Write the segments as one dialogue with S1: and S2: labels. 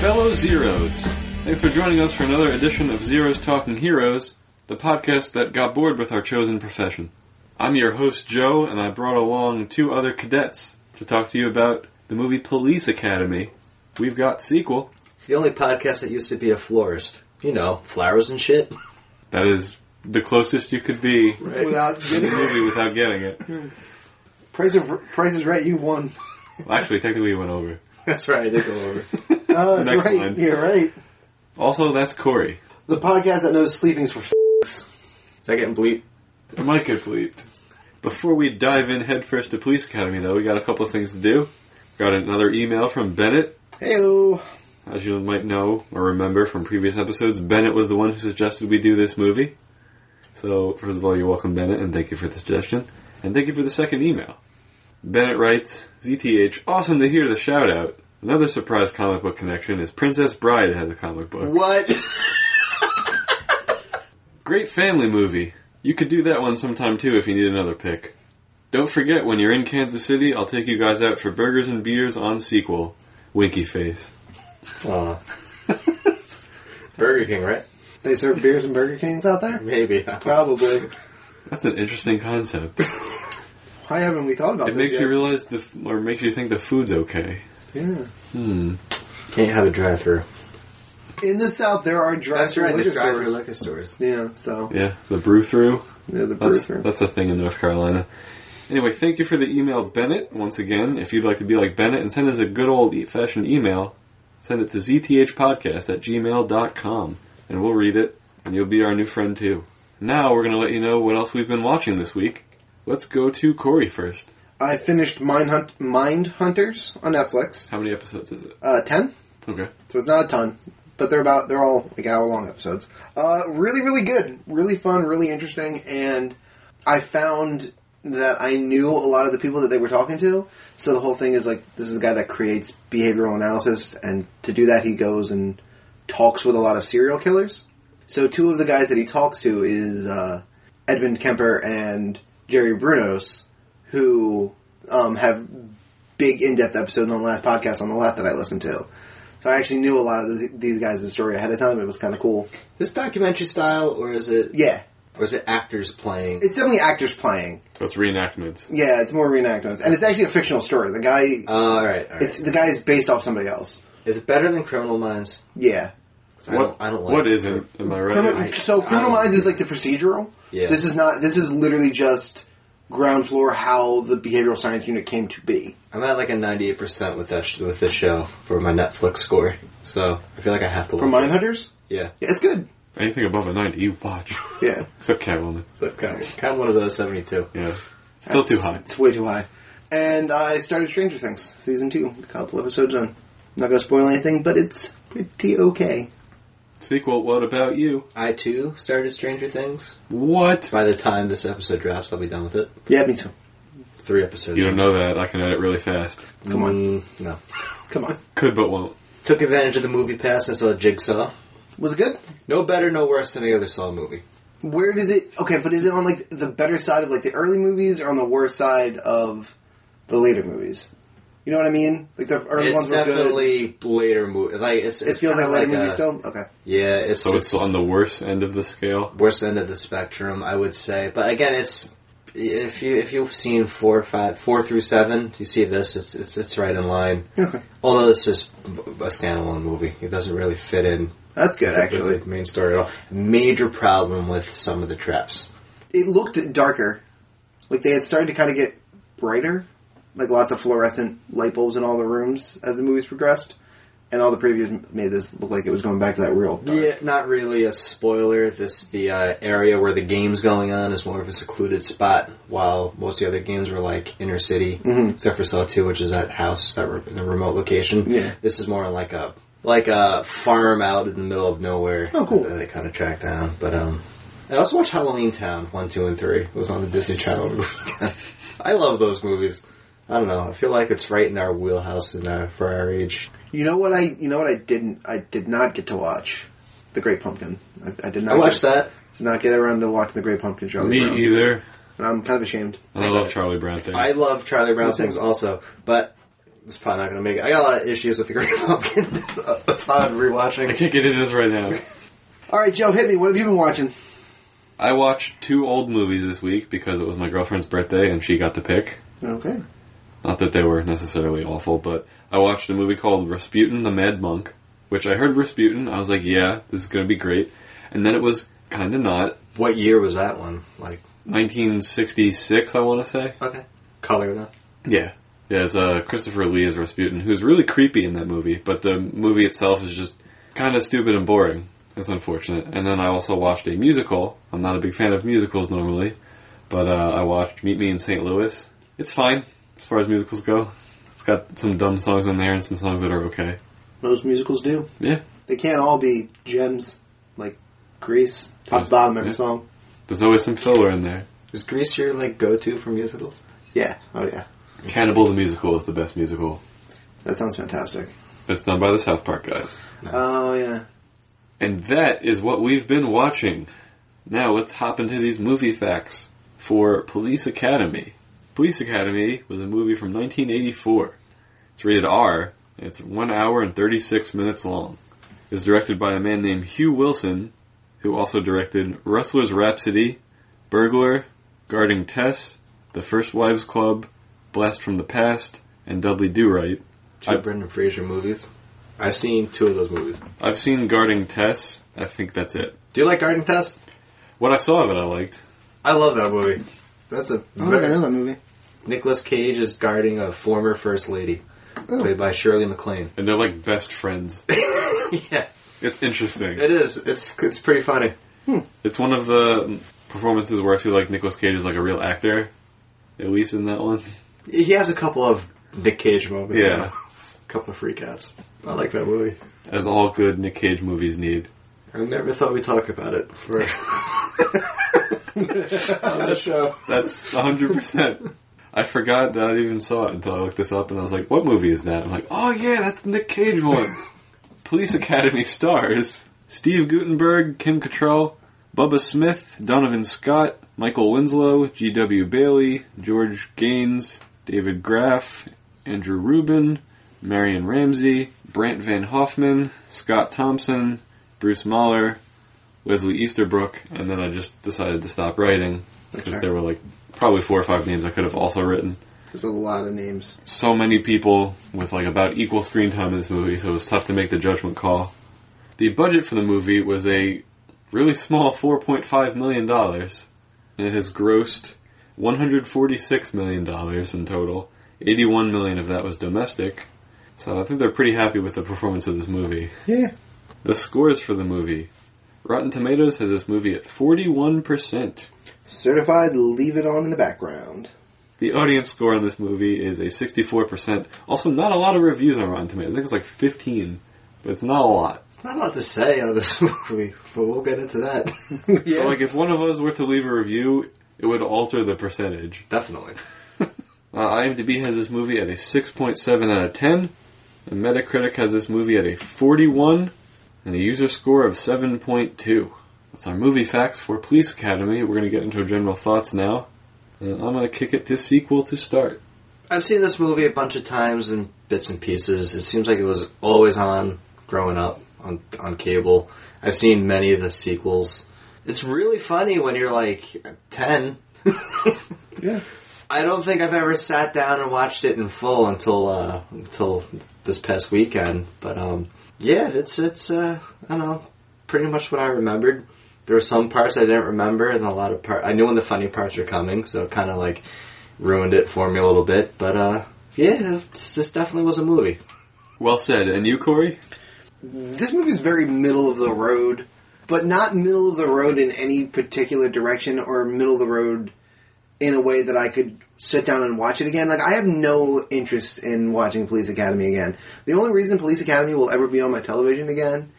S1: fellow Zeros. Thanks for joining us for another edition of Zeros Talking Heroes, the podcast that got bored with our chosen profession. I'm your host, Joe, and I brought along two other cadets to talk to you about the movie Police Academy. We've got sequel.
S2: The only podcast that used to be a florist. You know, flowers and shit.
S1: That is the closest you could be to
S3: without
S1: the
S3: getting
S1: movie without getting it.
S3: price of price is right. You won.
S1: Well, actually, technically, you went over.
S2: That's right, I did go over.
S3: Oh, that's
S1: Next
S3: right.
S1: line.
S3: You're right.
S1: Also, that's Corey.
S3: The podcast that knows sleeping's for. F-
S2: Is that getting bleep?
S1: It might get bleeped. Before we dive in headfirst to Police Academy, though, we got a couple of things to do. Got another email from Bennett.
S3: Heyo.
S1: As you might know or remember from previous episodes, Bennett was the one who suggested we do this movie. So, first of all, you're welcome, Bennett, and thank you for the suggestion. And thank you for the second email. Bennett writes, ZTH, awesome to hear the shout out. Another surprise comic book connection is Princess Bride had a comic book.
S3: What?
S1: Great family movie. You could do that one sometime too if you need another pick. Don't forget, when you're in Kansas City, I'll take you guys out for burgers and beers on sequel. Winky face.
S2: Aw. Burger King, right?
S3: They serve beers and Burger Kings out there.
S2: Maybe.
S3: Probably.
S1: That's an interesting concept.
S3: Why haven't we thought about
S1: It
S3: this
S1: makes
S3: yet?
S1: you realize the, f- or makes you think the food's okay.
S3: Yeah.
S2: Can't have a drive through.
S3: In the South, there are drive
S2: the
S3: liquor
S2: drive
S3: stores.
S2: through liquor stores.
S3: Yeah. So
S1: Yeah, the brew through.
S3: they're the
S1: That's
S3: brewer.
S1: that's a thing in North Carolina. Anyway, thank you for the email, Bennett. Once again, if you'd like to be like Bennett and send us a good old e- fashioned email, send it to zthpodcast at gmail.com and we'll read it and you'll be our new friend too. Now we're going to let you know what else we've been watching this week. Let's go to Corey first.
S3: I finished Mind Hunt Mind Hunters on Netflix.
S1: How many episodes is it?
S3: Uh, ten.
S1: Okay.
S3: So it's not a ton, but they're about they're all like hour long episodes. Uh, really, really good, really fun, really interesting, and I found that I knew a lot of the people that they were talking to. So the whole thing is like this is the guy that creates behavioral analysis, and to do that he goes and talks with a lot of serial killers. So two of the guys that he talks to is uh, Edmund Kemper and Jerry Brunos, who um, have big in-depth episodes on the last podcast on the left that I listened to. So I actually knew a lot of these- these guys' story ahead of time. It was kind of cool.
S2: This documentary style, or is it?
S3: Yeah,
S2: Or is it actors playing?
S3: it's definitely actors playing.
S1: So it's reenactments.
S3: Yeah, it's more reenactments, and it's actually a fictional story. The guy,
S2: Uh, all right. All right.
S3: it's the guy is based off somebody else.
S2: is it better than Criminal Minds?
S3: Yeah.
S2: I don't. I don't like.
S1: what
S2: it.
S1: is it? Am I right?
S3: Criminal,
S2: I-
S3: so Criminal
S2: I-
S3: Minds is like the procedural.
S2: Yeah.
S3: This is not. This is literally just ground floor how the behavioral science unit came to be.
S2: I'm at like a 98 percent with that sh- with this show for my Netflix score. So I feel like I have to.
S3: For
S2: like it.
S3: Mindhunters,
S2: Yeah.
S3: yeah, it's good.
S1: Anything above a 90, you watch.
S3: Yeah,
S1: Except Catwoman.
S2: So kind of, kind of one of those 72.
S1: Yeah. Still too
S3: It's-
S1: high.
S3: It's way too high. And I started Stranger Things season two, a couple episodes in. Not going to spoil anything, but it's pretty okay.
S1: Sequel, what about you?
S2: I too started Stranger Things.
S1: What?
S2: By the time this episode drops, I'll be done with it.
S3: Yeah, me too.
S2: Three episodes.
S1: You don't know that. I can edit really fast.
S3: Come on.
S2: Mm, no.
S3: Come on.
S1: Could but won't.
S2: Took advantage of the movie pass and saw Jigsaw.
S3: Was it good?
S2: No better, no worse than any other Saw movie.
S3: Where does it? Okay, but is it on like the better side of like the early movies, or on the worse side of the later movies? You know what I mean? Like the early
S2: it's
S3: ones were good.
S2: definitely later movie. Like it's,
S3: It
S2: it's
S3: feels like
S2: kinda
S3: a later
S2: a-
S3: movie still. Okay.
S2: Yeah, it's
S1: So it's on the worse end of the scale.
S2: worst end of the spectrum, I would say. But again, it's if you if you've seen four five four through seven, you see this. It's it's, it's right in line.
S3: Okay.
S2: Although this is a standalone movie, it doesn't really fit in
S3: That's good.
S2: actually
S3: Actually,
S2: the main story at all. Major problem with some of the traps.
S3: it looked darker. Like they had started to kind of get brighter, like lots of fluorescent light bulbs in all the rooms as the movies progressed, and all the previews made this look like it was going back to that real. Dark.
S2: Yeah, not really a spoiler. This the uh, area where the game's going on is more of a secluded spot, while most of the other games were like inner city,
S3: Mm-hmm.
S2: except for Saw Two, which is that house that re- in a remote location.
S3: Yeah.
S2: this is more like a like a farm out in the middle of nowhere.
S3: Oh, cool.
S2: That they kind of track down, but um, I also watched Halloween Town one, two, and three. It was on the Disney Channel. over the weekend. I love those movies. I don't know. I feel like it's right in our wheelhouse and uh, for our age.
S3: You know what I? You know what I didn't? I did not get to watch the Great Pumpkin. I, I did not.
S2: I watched
S3: get,
S2: that.
S3: Did not get around to watching the Great Pumpkin. Charlie
S1: Me
S3: Brown.
S1: either.
S3: And I'm kind of ashamed.
S1: I love Charlie Brown things.
S2: I love Charlie Brown
S3: Me too.
S2: things also, but It's probably not going to make it. I got a lot of issues with the Green Pumpkin upon
S1: I
S2: rewatching.
S1: can't get into this right now.
S3: All right, Joe, hit me. What have you been watching?
S1: I watched two old movies this week because it was my girlfriend's birthday and she got to pick.
S3: Okay.
S1: Not that they were necessarily awful, but I watched a movie called Rasputin the Mad Monk, which I heard Rasputin. I was like, yeah, this is going to be great. And then it was kind of not.
S2: What year was that one? Like,
S1: 1966, I want to say.
S2: okay, color though.
S1: Yeah. Yeah, it's uh, Christopher Lee as Rasputin, who's really creepy in that movie, but the movie itself is just kind of stupid and boring. It's unfortunate. And then I also watched a musical. I'm not a big fan of musicals normally, but uh, I watched Meet Me in St. Louis. It's fine as far as musicals go. It's got some dumb songs in there and some songs that are okay.
S3: Most musicals do.
S1: Yeah,
S3: They can't all be gems like Grease, top
S1: Yes.
S3: to bottom every
S1: Yeah.
S3: song.
S1: there's always some filler in there.
S2: Is Grease your like go-to for musicals?
S3: Yeah. Oh yeah.
S1: Cannibal the Musical is the best musical.
S3: That sounds fantastic.
S1: That's done by the South Park guys.
S2: Uh,
S3: Oh yeah.
S1: And that is what we've been watching. Now let's hop into these movie facts for Police Academy. Police Academy was a movie from 1984. It's rated R. and It's 1 hour and 36 minutes long. It was directed by a man named Hugh Wilson, who also directed Rustler's Rhapsody, Burglar, Guarding Tess, The First Wives Club, Blast from the Past, and Dudley Do Right.
S2: Two
S1: I-
S2: Brendan Fraser movies. I've seen two of those movies.
S1: I've seen Guarding Tess. I think that's it.
S2: Do you like Garden Test?
S1: What I saw of it, I liked.
S2: I love that movie. That's a
S3: I don't think I know that movie.
S2: Nicholas Cage is guarding a former first lady,
S3: Oh.
S2: played by Shirley MacLaine.
S1: And they're like best friends.
S2: yeah,
S1: It's interesting.
S2: it is. It's it's pretty funny.
S1: It's one of the performances where I feel like Nicolas Cage is like a real actor, at least in that one.
S2: He has a couple of Nick Cage moments.
S1: Yeah.
S2: though. a couple of freakouts. I like that movie.
S1: As all good Nick Cage movies need.
S2: I never thought we'd talk about it for on the show.
S1: That's 100%. I forgot that I even saw it until I looked this up and I was like, what movie is that? I'm like, oh yeah, that's the Nick Cage one. Police Academy stars Steve Gutenberg, Kim Cattrall, Bubba Smith, Donovan Scott, Michael Winslow, G.W. Bailey, George Gaines, David Graff, Andrew Rubin, Marion Ramsey, Brant Van Hoffman, Scott Thompson, Bruce Mahler, Leslie Easterbrook, and then I just decided to stop writing because
S3: fair.
S1: there were like probably four or five names I could have also written.
S3: There's a lot of names.
S1: So many people with like about equal screen time in this movie, so it was tough to make the judgment call. The budget for the movie was a really small four point five million dollars, and it has grossed one hundred forty six million dollars in total. Eighty one million of that was domestic. So I think they're pretty happy with the performance of this movie.
S3: Yeah.
S1: The scores for the movie. Rotten Tomatoes has this movie at 41%.
S3: Certified. Leave it on in the background.
S1: The audience score on this movie is a 64%. Also, not a lot of reviews on Rotten Tomatoes. I think it's like 15, but it's not a lot.
S2: Not a lot to say on this movie, but we'll get into that.
S3: Yeah.
S1: So, like, if one of us were to leave a review, it would alter the percentage.
S2: Definitely.
S1: Uh, IMDb has this movie at a 6.7 out of 10. And Metacritic has this movie at a 41 and a user score of 7.2. That's our movie facts for Police Academy. We're going to get into our general thoughts now. And I'm going to kick it to sequel to start.
S2: I've seen this movie a bunch of times in bits and pieces. It seems like it was always on growing up on on cable. I've seen many of the sequels. It's really funny when you're like ten.
S3: Yeah.
S2: I don't think I've ever sat down and watched it in full until uh, until this past weekend. But um, yeah, it's it's uh, I don't know, pretty much what I remembered. There were some parts I didn't remember, and a lot of part I knew when the funny parts were coming, so it kind of like ruined it for me a little bit. But uh, yeah, it's, this definitely was a movie.
S1: Well said. And you, Corey?
S3: This movie's very middle of the road, but not middle of the road in any particular direction or middle of the road in a way that I could sit down and watch it again. Like I have no interest in watching Police Academy again. The only reason Police Academy will ever be on my television again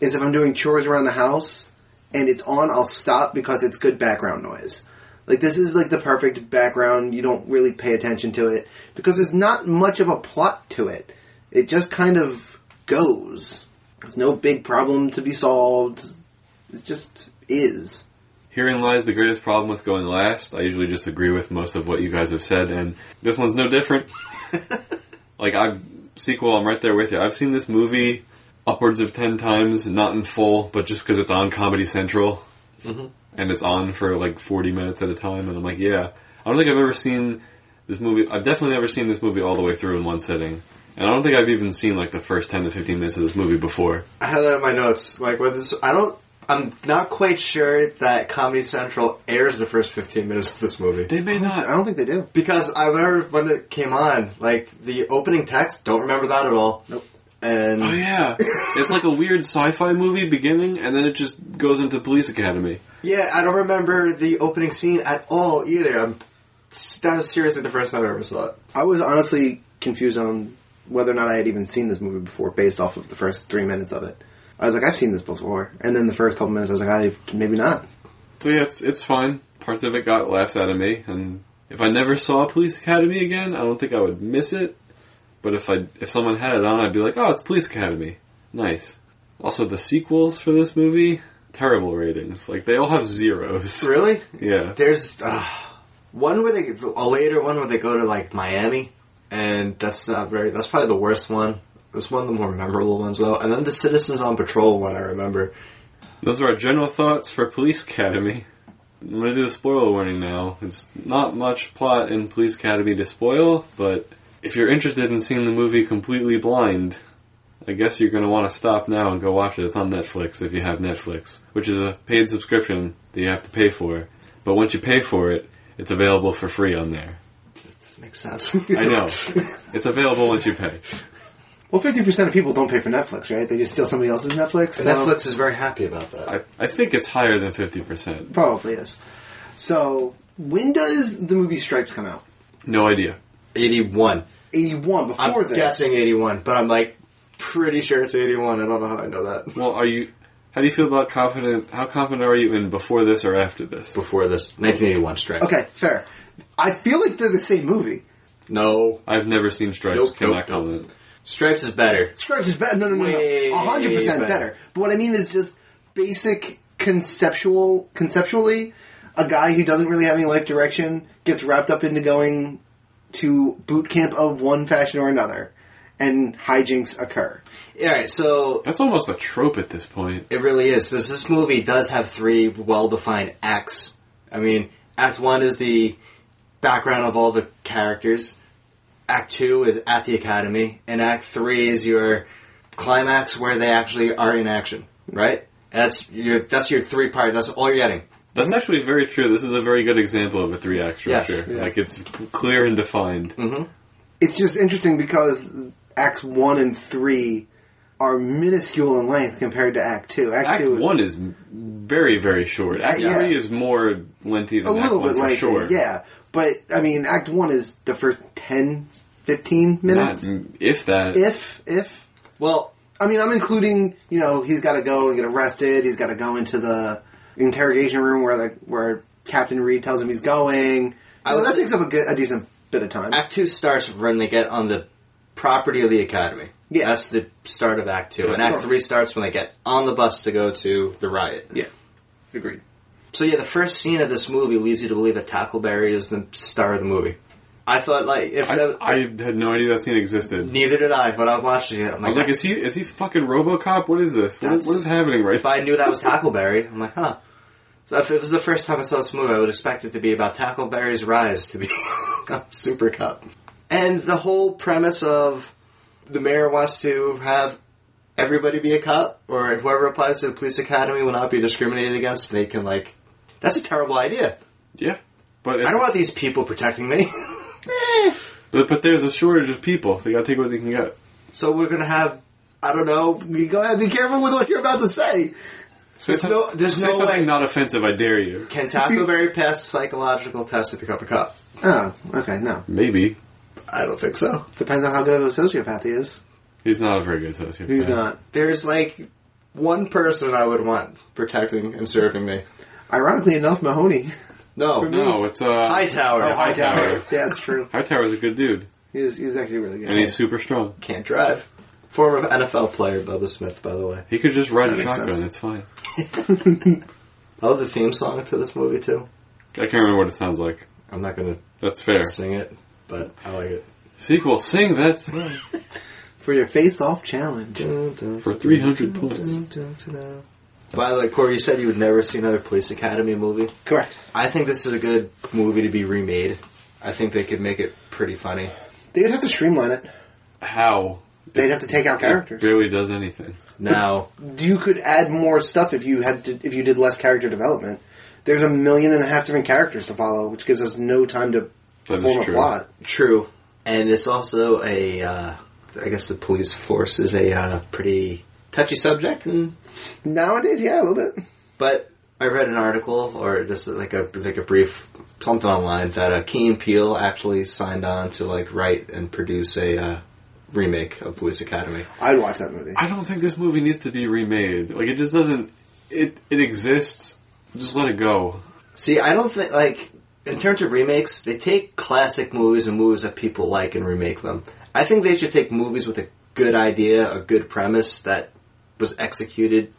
S3: is if I'm doing chores around the house and it's on, I'll stop because it's good background noise. Like this is like the perfect background. You don't really pay attention to it because there's not much of a plot to it. It just kind of goes. There's no big problem to be solved. It just is.
S1: Herein lies the greatest problem with going last. I usually just agree with most of what you guys have said, and this one's no different. Like I've sequel, I'm right there with you. I've seen this movie upwards of ten times, not in full, but just because it's on Comedy Central and it's on for like 40 minutes at a time, and I'm like, yeah. I don't think I've ever seen this movie. I've definitely never seen this movie all the way through in one sitting, and I don't think I've even seen like the first 10 to 15 minutes of this movie before.
S2: I had that in my notes. Like, whether this, I don't. I'm not quite sure that Comedy Central airs the first 15 minutes of this movie.
S1: They may
S3: I don't think they do.
S2: Because I remember when it came on, like, the opening text, don't remember that at all.
S3: Nope.
S2: And
S1: Oh yeah, it's like a weird sci-fi movie beginning, and then it just goes into Police Academy.
S2: yeah, I don't remember the opening scene at all either. I'm, that was seriously the first time I ever saw it.
S3: I was honestly confused on whether or not I had even seen this movie before, based off of the first three minutes of it. I was like, I've seen this before, and then the first couple minutes, I was like, I maybe not.
S1: So yeah, it's it's fine. Parts of it got laughs out of me, and if I never saw Police Academy again, I don't think I would miss it. But if I if someone had it on, I'd be like, oh, it's Police Academy, nice. Also, the sequels for this movie terrible ratings. Like they all have zeros.
S2: Really?
S1: Yeah,
S2: There's uh, one where they a later one where they go to like Miami, and that's not very. That's probably the worst one. It's one of the more memorable ones though. And then the Citizens on Patrol one I remember.
S1: those are our general thoughts for Police Academy. I'm gonna do the spoiler warning now. It's not much plot in Police Academy to spoil, but if you're interested in seeing the movie completely blind, I guess you're gonna want to stop now and go watch it. It's on Netflix if you have Netflix, which is a paid subscription that you have to pay for. But once you pay for it, it's available for free on there.
S2: This makes sense.
S1: I know. it's available once you pay.
S3: Well, fifty percent of people don't pay for Netflix, right? They just steal somebody else's Netflix. so-
S2: Netflix is very happy about that.
S1: I, I think it's higher than 50%.
S3: probably is. So, when does the movie Stripes come out?
S1: No idea.
S2: eighty one.
S3: Eighty one.
S2: I'm
S3: Before this,
S2: guessing eighty one, but I'm like pretty sure it's eighty one. I don't know how I know that.
S1: Well, are you. How do you feel about confident? How confident are you in before this or after this?
S2: Before this, nineteen eighty one strike.
S3: Okay, fair. I feel like they're the same movie.
S2: No,
S1: I've never seen Stripes.
S2: Nope,
S1: cannot
S2: nope, nope.
S1: comment.
S2: Stripes is better.
S3: Stripes is better. No, no, no,
S2: Way
S3: no. hundred percent
S2: better.
S3: better. But what I mean is just basic conceptual. Conceptually, a guy who doesn't really have any life direction gets wrapped up into going to boot camp of one fashion or another, and hijinks occur.
S2: All right, so
S1: That's almost a trope at this point.
S2: It really is. This, this movie does have three well-defined acts. I mean, Act One is the background of all the characters. Act Two is at the academy, and Act Three is your climax where they actually are in action. Right? That's your that's your three part. That's all you're getting.
S1: That's
S3: Mm-hmm.
S1: actually very true. This is a very good example of a three act
S2: Yes,
S1: structure.
S3: yeah. Mm-hmm.
S1: Like it's clear and defined.
S3: it's just interesting because acts one and three are minuscule in length compared to act two act,
S1: Act
S3: two
S1: one is m- very very short. Act
S3: Yeah.
S1: three is more lengthy
S3: a
S1: than Act
S3: little
S1: one
S3: bit
S1: for
S3: lengthy
S1: sure.
S3: yeah but i mean act one is the first 10 15 minutes
S1: Not- if that.
S3: if if
S2: Well,
S3: i mean i'm including you know he's got to go and get arrested he's got to go into the interrogation room where the where captain reed tells him he's going
S2: I
S3: You know,
S2: would
S3: that
S2: say-
S3: takes up a good a decent bit of time
S2: Act Two starts when they get on the property of the academy.
S3: Yeah.
S2: that's the start of Act Two, and Act
S3: Sure.
S2: Three starts when they get on the bus to go to the riot.
S3: yeah agreed
S2: So yeah, the first scene of this movie leads you to believe that Tackleberry is the star of the movie. I thought like if
S1: I,
S2: that,
S1: I had no idea that scene existed.
S2: neither did I, but I'm watching it. I'm
S1: I
S2: like,
S1: was like,
S2: "That's-
S1: is he is he fucking RoboCop? What is this? What,
S2: That's-
S1: what is happening right
S2: if I knew that was Tackleberry, I'm like, huh. So if it was the first time I saw this movie, I would expect it to be about Tackleberry's rise to be Super Cup. And the whole premise of the mayor wants to have everybody be a cop, or whoever applies to the police academy will not be discriminated against. They can like, that's a terrible idea.
S1: Yeah, but
S2: I
S1: it-
S2: don't want these people protecting me.
S1: but, but there's a shortage of people. They gotta take what they can get.
S2: So we're gonna have I don't know.
S3: you go ahead be careful with what you're about to say
S1: Say
S2: There's
S1: some-
S2: no- there's
S1: say
S2: no
S1: something
S2: way.
S1: not offensive. I dare you.
S2: Can Tackleberry pass a psychological test to become a cop?
S3: oh okay no
S1: Maybe
S2: I don't think so.
S3: Depends on how good of a sociopath he is.
S1: he's not a very good sociopath.
S3: He's not.
S2: There's like one person I would want protecting and serving me.
S3: Ironically enough, Mahoney.
S2: No,
S1: No,
S3: Mm.
S1: it's uh,
S2: Hightower.
S1: Oh, Hightower.
S3: yeah, it's true.
S1: Hightower's a good dude,
S3: He's, he's actually really good.
S1: and he's super strong.
S2: Can't drive. Former NFL player Bubba Smith, by the way.
S1: He could just ride
S3: That
S1: a
S3: makes
S1: shotgun.
S3: sense.
S1: It's fine.
S2: I love the theme song to this movie too.
S1: I can't remember what it sounds like.
S2: I'm not gonna
S1: That's fair.
S2: sing it, but I like it.
S1: Sequel, sing that song
S3: for your face-off challenge.
S1: for 300 points.
S2: By the way, Corey, you said you would never see another Police Academy movie.
S3: Correct.
S2: I think this is a good movie to be remade. I think they could make it pretty funny.
S3: They'd have to streamline it.
S1: How?
S3: They'd have to take out
S1: It
S3: characters.
S1: barely does anything.
S2: Now,
S3: You could add more stuff if you had to, if you did less character development. There's a million and a half different characters to follow, which gives us no time to
S1: That
S3: form
S1: is
S3: a
S1: true.
S3: plot.
S2: true, and it's also a, uh, I guess the police force is a uh, pretty touchy subject, and
S3: Nowadays, yeah, a little bit.
S2: But I read an article or just like a like a brief something online that uh, Key and Peele actually signed on to like write and produce a uh, remake of Police Academy.
S3: I'd watch that movie.
S1: I don't think this movie needs to be remade. Like, it just doesn't. It it exists. Just let it go.
S2: See, I don't think like in terms of remakes, they take classic movies and movies that people like and remake them. I think they should take movies with a good idea, a good premise that was executed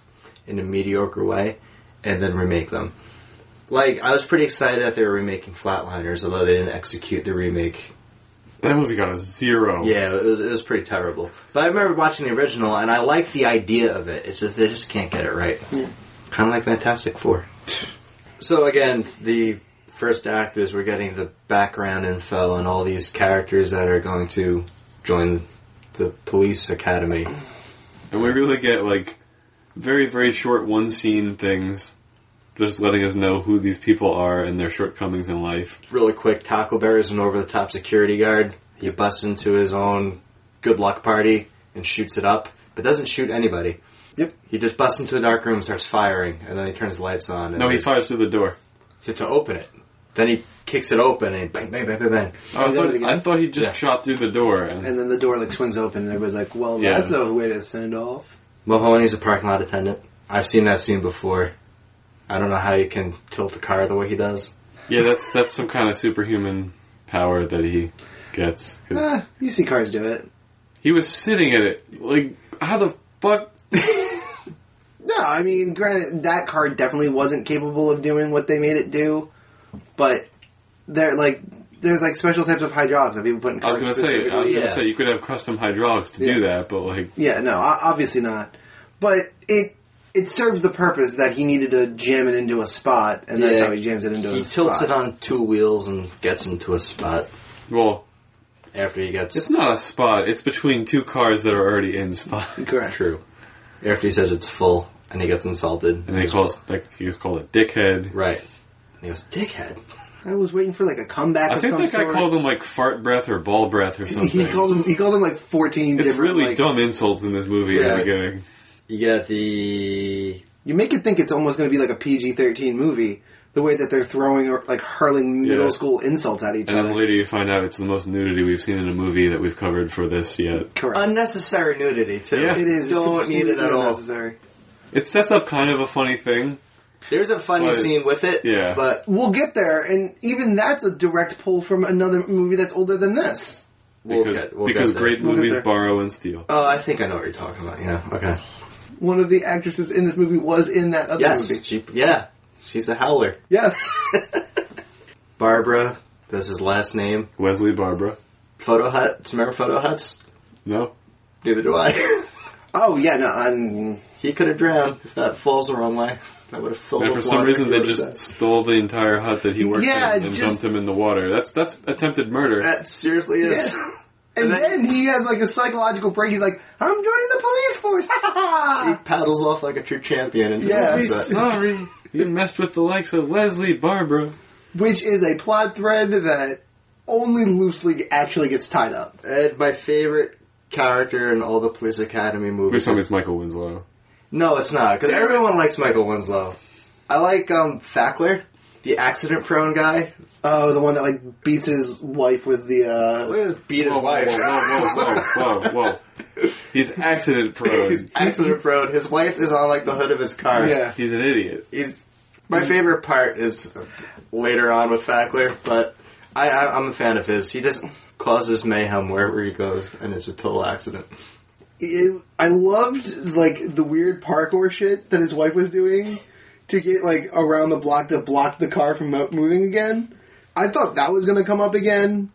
S2: in a mediocre way, and then remake them. Like I was pretty excited that they were remaking Flatliners, although they didn't execute the remake
S1: That movie got a zero.
S2: Yeah, it was, it was pretty terrible. But I remember watching the original, and I like the idea of it. It's just they just can't get it right. Kind of like Fantastic Four. So again, the first act is we're getting the background info and all these characters that are going to join the police academy.
S1: And we really get, like, very, very short one scene things just letting us know who these people are and their shortcomings in life.
S2: Really quick, Tackleberry's an over-the-top security guard. He busts into his own good luck party and shoots it up, but doesn't shoot anybody.
S3: Yep.
S2: He just busts into a dark room and starts firing, and then he turns the lights on. And
S1: No, he
S2: there's-
S1: fires through the door.
S2: to, to open it. Then he kicks it open and bang, bang, bang, bang, bang.
S1: Oh, I,
S3: He does it
S1: thought,
S3: again.
S1: I thought he just
S2: Yeah.
S1: shot through the door. And,
S3: And then the door like swings open, and everybody's like, "Well,
S1: Yeah.
S3: that's a way to send off."
S2: Mahoney's a parking lot attendant. I've seen that scene before. I don't know how you can tilt the car the way he does.
S1: yeah, that's that's some kind of superhuman power that he gets. 'cause
S3: Ah, you see cars do it.
S1: he was sitting at it. Like, how the fuck?
S3: No, I mean, granted, that car definitely wasn't capable of doing what they made it do, but they're like, there's like special types of hydraulics that people put in
S1: I
S3: cars.
S1: was gonna say, I was
S3: specifically.
S1: gonna
S2: yeah.
S1: say, you could have custom hydraulics to
S3: Yeah.
S1: do that, but like,
S3: yeah, no, o- obviously not. But it it served the purpose that he needed to jam it into a spot, and that's
S2: Yeah.
S3: how he jams it into
S2: He
S3: a
S2: tilts
S3: spot.
S2: it on two wheels and gets into a spot
S1: well,
S2: after he gets.
S1: it's not a spot. It's between two cars that are already in spot.
S3: Correct.
S2: true. After he says it's full and he gets insulted.
S1: And he calls like he was called a dickhead.
S2: Right. And he goes, dickhead.
S3: I was waiting for like a comeback.
S1: I
S3: of
S1: think
S3: some
S1: that guy
S3: sort.
S1: called him like fart breath or ball breath or something.
S3: He called him. He called him like fourteen
S1: it's
S3: different.
S1: really
S3: like-
S1: dumb insults in this movie in
S2: Yeah.
S1: the beginning.
S2: You get the.
S3: You make it think it's almost going to be like a PG thirteen movie. The way that they're throwing or like hurling middle
S1: Yeah.
S3: school insults at each
S1: And
S3: other.
S1: then later you find out it's the most nudity we've seen in a movie that we've covered for this yet.
S3: Correct.
S2: Unnecessary nudity, too.
S1: Yeah.
S3: it is. It's
S2: Don't need it at
S3: completely
S2: all.
S3: unnecessary.
S1: It sets up kind of a funny thing.
S2: There's a funny
S1: But-
S2: scene with it,
S1: Yeah.
S2: but
S3: We'll get there, and even that's a direct pull from another movie that's older than this.
S2: we'll
S1: because
S2: get, we'll
S1: because
S2: get there.
S1: great
S3: We'll get
S1: movies
S3: there.
S1: borrow and steal.
S2: Oh, I think I know what you're talking about. Yeah. Okay.
S3: One of the actresses in this movie was in that other
S2: Yes.
S3: movie.
S2: She, yeah. She's a howler.
S3: Yes.
S2: Barbara. That's his last name.
S1: Wesley Barbara.
S2: Photo Hut. Do you remember Photo Huts?
S1: No,
S2: Neither do I.
S3: oh yeah, no, I'm.
S2: he could have drowned if that falls the wrong way. That would have filled.
S1: and
S2: with
S1: for some
S2: water.
S1: reason
S2: He
S1: they
S2: would've
S1: just
S2: died.
S1: stole the entire hut that he worked
S3: Yeah,
S1: in and
S3: just-
S1: dumped him in the water. That's that's attempted murder.
S2: That seriously is.
S3: Yeah. And then he has like a psychological break. He's like, "I'm joining the police force."
S2: he paddles off like a true champion into the
S3: Yeah.
S1: I'm
S2: sunset.
S1: sorry, you messed with the likes of Leslie Barbara.
S3: which is a plot thread that only loosely actually gets tied up.
S2: And my favorite character in all the Police Academy
S1: Please
S2: movies.
S1: tell me it's Michael Winslow.
S2: No, it's not because everyone likes Michael Winslow. I like um, Fackler, the accident-prone guy.
S3: Oh, the one that like beats his wife with the uh
S2: Beat his
S1: Whoa, whoa,
S2: wife.
S1: whoa, whoa, whoa, whoa, whoa! He's accident prone.
S2: He's
S1: He's,
S2: accident prone. His wife is on like the hood of his car.
S3: yeah.
S1: an idiot.
S2: He's my favorite part is later on with Fackler, but I, I I'm a fan of his. He just causes mayhem wherever he goes, and it's a total accident.
S3: It- I loved like the weird parkour shit that his wife was doing to get like around the block that blocked the car from mo- moving again. I thought that was going to come up again.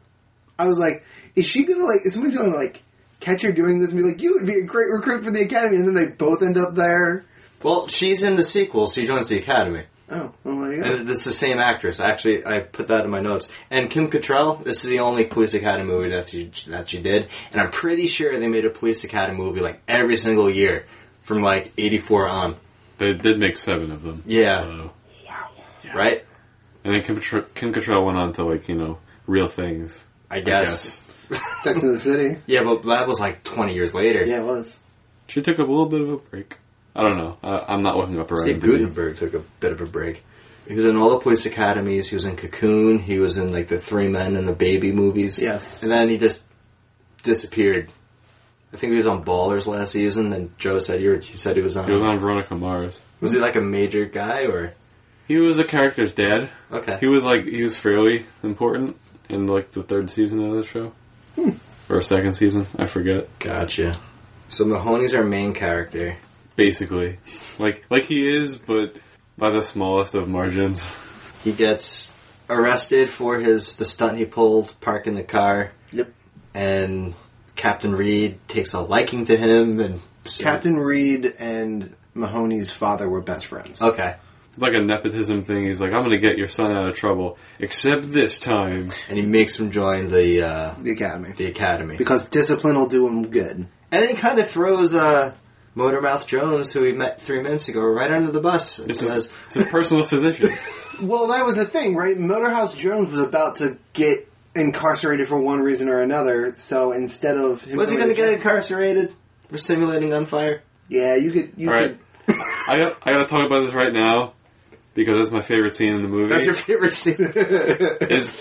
S3: I was like, is she gonna like? Is somebody gonna like catch her doing this and be like, you would be a great recruit for the academy? And then they both end up there.
S2: Well, she's in the sequel. She joins the academy.
S3: Oh, oh my god.
S2: And this is the same actress. Actually, I put that in my notes. And Kim Cattrall. This is the only Police Academy movie that she that she did. And I'm pretty sure they made a Police Academy movie like every single year from like '84 on.
S1: They did make seven of them.
S2: Yeah.
S1: So.
S2: Right?
S1: And then Kim, Cattrall- Kim Cattrall went on to like you know real things.
S2: I
S1: I
S2: guess.
S3: Sex in the City.
S2: Yeah, but that was like 20 years later.
S3: Yeah, it was.
S1: She took a little bit of a break. I don't know. I, I'm not looking up her
S2: Steve
S1: IMDb.
S2: Gutenberg took a bit of a break. He was in all the police academies. He was in Cocoon. He was in like the Three Men and the Baby movies.
S3: Yes.
S2: and then he just disappeared. I think he was on Ballers last season, and Joe said you, were, you said he was on.
S1: He was on Veronica Mars.
S2: Was he like a major guy or
S1: He was a character's dad.
S2: okay?
S1: He was like he was fairly important in like the third season of the show,
S2: Hmm.
S1: or second season. I forget.
S2: Gotcha. So Mahoney's our main character.
S1: Basically, like like he is, but by the smallest of margins.
S2: He gets arrested for his the stunt he pulled parking the car.
S3: Yep.
S2: And Captain Reed takes a liking to him and
S3: Captain Reed and Mahoney's father were best friends.
S2: Okay.
S1: It's like a nepotism thing. He's like, I'm gonna get your son out of trouble, except this time.
S2: and he makes him join the uh,
S3: the academy.
S2: the academy.
S3: Because discipline will do him good.
S2: And then he kind of throws uh, Motormouth Jones, who we met three minutes ago, right under the bus. And
S1: It's
S2: says,
S1: his, it's his personal physician.
S3: Well, that was the thing, right? Motorhouse Jones was about to get incarcerated for one reason or another, so instead of him
S2: "Was he going to
S3: going
S2: get incarcerated for simulating gunfire?"
S3: Yeah, you could. You
S1: All right.
S3: could.
S1: I got, I gotta talk about this right now because that's my favorite scene in the movie.
S2: That's your favorite scene.
S1: is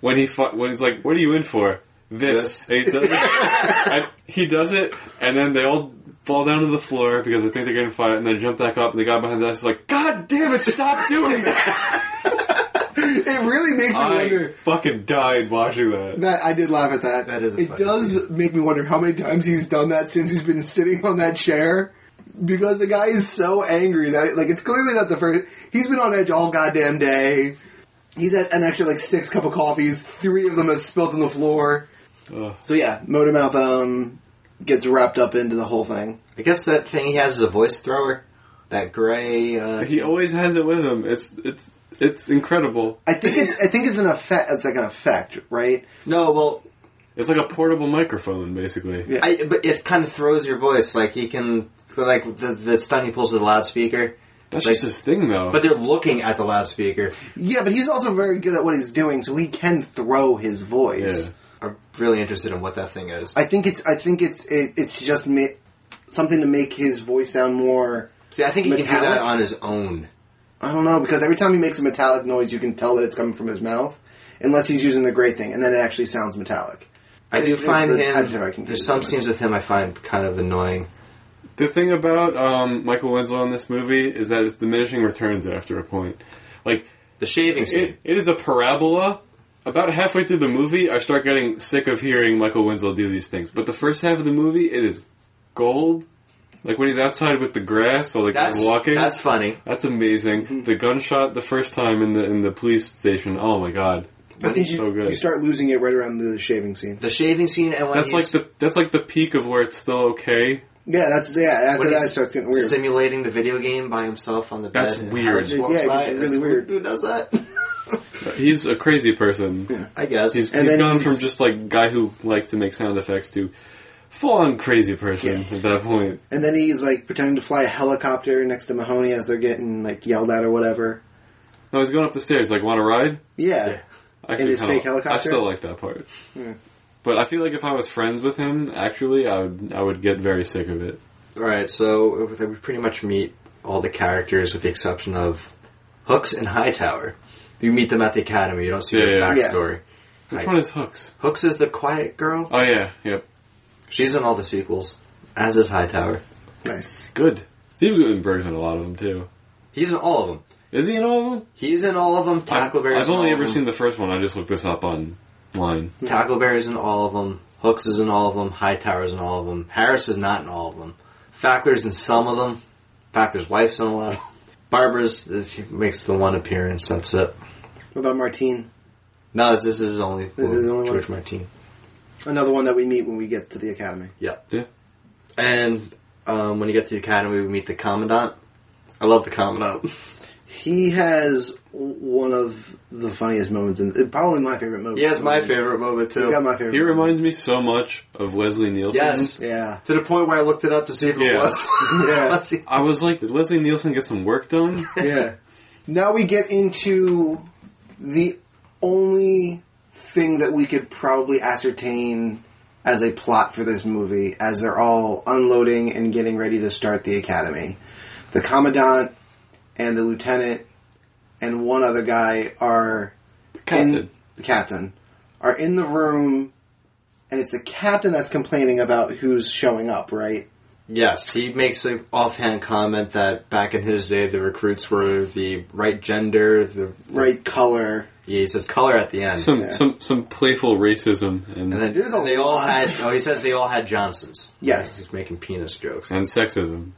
S1: when he fu- when he's like, "What are you in for?" This
S2: This.
S1: And he, does it, and he does it, and then they all fall down to the floor because they think they're going to fight, and then jump back up. And the guy behind the desk is like, "God damn it, stop doing that!"
S3: It really makes me
S1: I
S3: wonder.
S1: fucking died watching that.
S3: That I did laugh at that.
S2: That is a
S3: It
S2: funny
S3: does make me wonder how many times he's done that since he's been sitting on that chair. Because the guy is so angry that like it's clearly not the first. He's been on edge all goddamn day. He's had an extra like six cup of coffees. Three of them have spilled on the floor.
S1: Ugh.
S3: So yeah, Motormouth um gets wrapped up into the whole thing.
S2: I guess that thing he has is a voice thrower. That gray. Uh,
S1: He always has it with him. It's it's it's incredible.
S3: I think it's I think it's an effect. It's like an effect, right?
S2: no, well,
S1: It's like a portable microphone, basically.
S3: Yeah.
S2: I, but it kind of throws your voice. Like he can, like the the stunt he pulls with the loudspeaker.
S1: That's
S2: Like-
S1: just his thing, though.
S2: But they're looking at the loudspeaker.
S3: Yeah, but he's also very good at what he's doing, so he can throw his voice.
S1: Yeah.
S2: I'm really interested in what that thing is.
S3: I think it's I think it's it, it's just ma- something to make his voice sound more.
S2: See, I think he can do
S3: Metallic?
S2: that on his own.
S3: I don't know because every time he makes a metallic noise, you can tell that it's coming from his mouth, unless he's using the gray thing, and then it actually sounds metallic.
S2: I do
S3: It's
S2: find
S3: the
S2: him.
S3: adjective I can
S2: There's
S3: use
S2: some
S3: for
S2: scenes with him I find kind of annoying.
S1: The thing about um, Michael Winslow in this movie is that it's diminishing returns after a point. Like
S2: The shaving scene.
S1: It, it is a parabola. About halfway through the movie, I start getting sick of hearing Michael Winslow do these things. But the first half of the movie, it is gold. Like when he's outside with the grass, or like
S2: that's
S1: walking.
S2: That's Mm-hmm. funny.
S1: That's amazing. The gunshot the first time in the in the police station. Oh my god,
S3: I think you,
S1: so good.
S3: you start losing it right around the shaving scene.
S2: The shaving scene and when
S1: that's like
S2: he's,
S1: the that's like the peak of where it's still okay.
S3: Yeah, that's yeah. After
S2: when
S3: that, it
S2: he's
S3: starts getting weird.
S2: simulating the video game by himself on the bed.
S1: That's
S2: and
S1: weird.
S2: Howard walks
S3: Yeah, it
S2: by
S3: gets
S2: and
S3: really
S2: says,
S3: weird.
S2: Who does that?
S1: He's a crazy person.
S2: I guess.
S1: He's,
S3: And
S1: he's
S3: then
S1: gone
S3: he's-
S1: from just like guy who likes to make sound effects to full on crazy person
S3: Yeah.
S1: at that point.
S3: And then he's like pretending to fly a helicopter next to Mahoney as they're getting like yelled at or whatever.
S1: No, he's going up the stairs. Like, want to ride?
S3: Yeah.
S2: Yeah.
S1: I
S3: In his
S1: kinda-
S3: fake helicopter?
S1: I still like that part. But I feel like if I was friends with him, actually, I would I would get very sick of it.
S2: All right, so we pretty much meet all the characters with the exception of Hooks and Hightower. You meet them at the academy. You don't see their
S1: Yeah, yeah,
S3: yeah.
S2: backstory.
S1: Which
S2: I-
S1: one is Hooks?
S2: Hooks is the quiet girl.
S1: Oh yeah, yep,
S2: She's in all the sequels, as is Hightower.
S3: Nice.
S1: good. Steve Gutenberg's in a lot of them too.
S2: He's in all of them.
S1: Is he in all of them?
S2: He's in all of them.
S1: I've,
S2: Tackleberry's
S1: I've
S2: in
S1: only
S2: all
S1: ever
S2: of them.
S1: seen the first one. I just looked this up online.
S2: Tackleberry's in all of them. Hooks is in all of them. Hightower's in all of them. Harris is not in all of them. Fackler's in some of them. Fackler's wife's in a lot of them. Barbara's, she makes the one appearance, that's it.
S3: What about Martine?
S2: No, this is only
S3: This is the only one.
S2: George Martin.
S3: Another one that we meet when we get to the academy.
S2: Yeah.
S1: Yeah.
S2: And um, when you get to the academy, we meet the commandant. I love the commandant.
S3: He has w- one of the funniest moments, and probably my favorite moment.
S2: yeah, it's my favorite moment too.
S3: He's got my favorite.
S1: He reminds me so much of Leslie Nielsen.
S2: Yes.
S3: Yeah.
S2: to the point where I looked it up to see if it
S1: Yeah.
S2: was.
S3: Yeah.
S1: I was like, did Leslie Nielsen get some work done?
S3: yeah. Now we get into the only thing that we could probably ascertain as a plot for this movie, as they're all unloading and getting ready to start the academy. The commandant and the lieutenant and one other guy are in
S1: Captain.
S3: the captain are in the room, and it's the captain that's complaining about who's showing up, right?
S2: Yes, he makes an offhand comment that back in his day, the recruits were the right gender. The
S3: Right color.
S2: yeah, he says color at the end.
S1: Some
S3: Yeah.
S1: some some playful racism and and,
S2: and then
S3: There's a
S2: they all
S3: lot.
S2: had. Oh, he says they all had Johnsons.
S3: Yes.
S2: he's making penis jokes.
S1: sexism.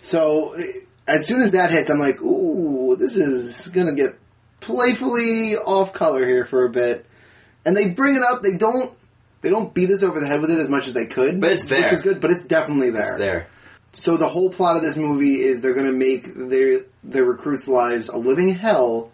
S3: So eh, as soon as that hits, I'm like, ooh, this is gonna get playfully off color here for a bit. And they bring it up. They don't. They don't beat us over the head with it as much as they could.
S2: But it's there.
S3: which is good. But it's definitely there.
S2: It's there.
S3: So the whole plot of this movie is they're going to make their their recruits' lives a living hell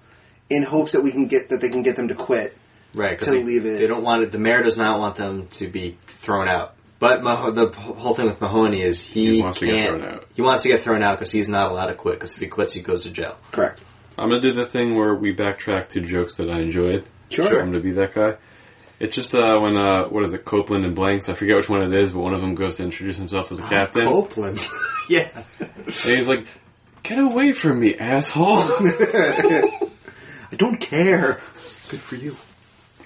S3: in hopes that we can get that they can get them to quit.
S2: Right, because
S3: To
S2: they,
S3: leave it.
S2: they don't want it. The mayor does not want them to be thrown out. But Maho- the whole thing with Mahoney is he,
S1: He wants to
S2: can't.
S1: get thrown out.
S2: He wants to get thrown out because he's not allowed to quit. Because if he quits, he goes to jail.
S3: Correct.
S1: I'm gonna do the thing where we backtrack to jokes that I enjoyed.
S3: Sure.
S1: I'm gonna be that guy. It's just uh, when uh, what is it, Copeland and Blanks? I forget which one it is, but one of them goes to introduce himself to the captain,
S3: Ah, Copeland.
S2: yeah,
S1: and he's like, "Get away from me, asshole!" Oh,
S3: I don't care.
S2: good for you.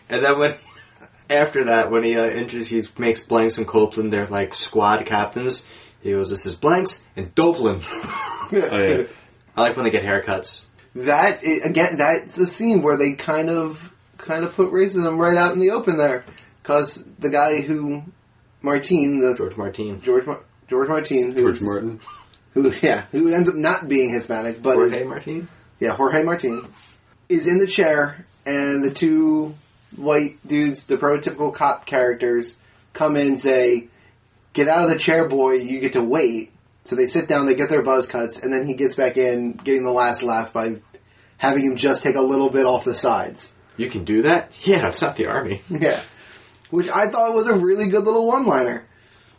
S2: And then when after that, when he uh, enters, he makes Blanks and Copeland their like squad captains. He goes, "This is Blanks and Dopeland."
S1: oh, yeah.
S2: I like when they get haircuts.
S3: That i again, that's the scene where they kind of kind of put racism right out in the open there, because the guy who Martine, the
S2: George Martin.
S3: George Mar- George Martine,
S1: George
S3: who's,
S1: Martin.
S3: who yeah, who ends up not being Hispanic, but is-
S2: Jorge Martin.
S3: Yeah, Jorge Martin is in the chair, and the two white dudes, the prototypical cop characters, come in and say, Get out of the chair, boy, you get to wait. So they sit down, they get their buzz cuts, and then he gets back in, getting the last laugh by having him just take a little bit off the sides.
S2: You can do that. Yeah, it's not the army.
S3: Yeah. Which I thought was a really good little one liner.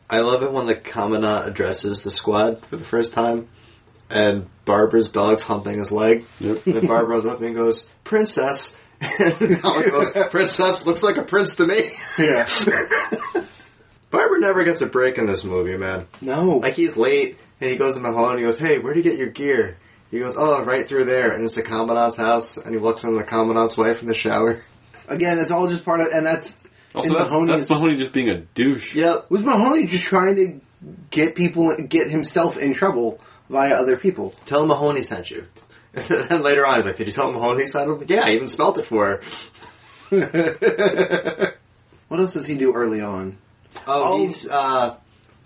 S2: I love it when the commandant addresses the squad for the first time, and Barbara's dog's humping his leg.
S1: Yep.
S2: And then Barbara runs up to me and goes, "Princess." And the commandant goes, "Princess looks like a prince to me."
S3: Yeah.
S2: Barbara never gets a break in this movie, man.
S3: No.
S2: Like he's late, and he goes to Mahone. And he goes, "Hey, where do you get your gear?" He goes, "Oh, right through there." And it's the commandant's house, and he walks in on the commandant's wife in the shower.
S3: Again, it's all just part of, and that's.
S1: Also,
S3: in
S1: that's,
S3: Mahoney's-
S1: that's Mahoney just being a douche.
S2: Yep.
S3: Was Mahoney just trying to get people, get himself in trouble via other people?
S2: Tell him Mahoney sent you. And then later on, he's like, "Did you tell him Mahoney sent him?" Yeah, I even spelt it for her.
S3: What else does he do early on?
S2: Oh,
S3: Oh.
S2: he's uh,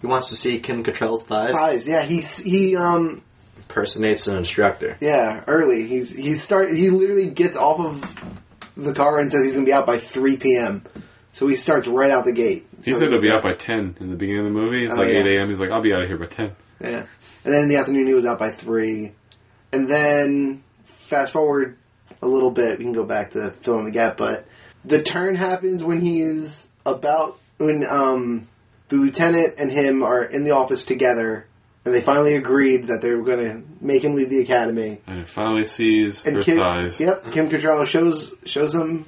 S2: he wants to see Kim Cattrall's thighs.
S3: Eyes, yeah, he's he um
S2: Impersonates an instructor.
S3: yeah early. He's he start he literally gets off of the car and says he's gonna be out by three p.m. So he starts right out the gate.
S1: He
S3: So
S1: said he'll be
S3: yeah.
S1: out by 10 in the beginning of the movie. It's
S3: Oh,
S1: like
S3: yeah.
S1: 8 a.m. He's like, I'll be out of here by 10.
S3: Yeah, and then in the afternoon he was out by three, and then fast forward a little bit, we can go back to fill in the gap. But the turn happens when he's about when um the lieutenant and him are in the office together, and they finally agreed that they were gonna make him leave the academy.
S1: And it finally sees
S3: and
S1: her
S3: Kim,
S1: thighs.
S3: Yep, Kim Cattrall shows shows him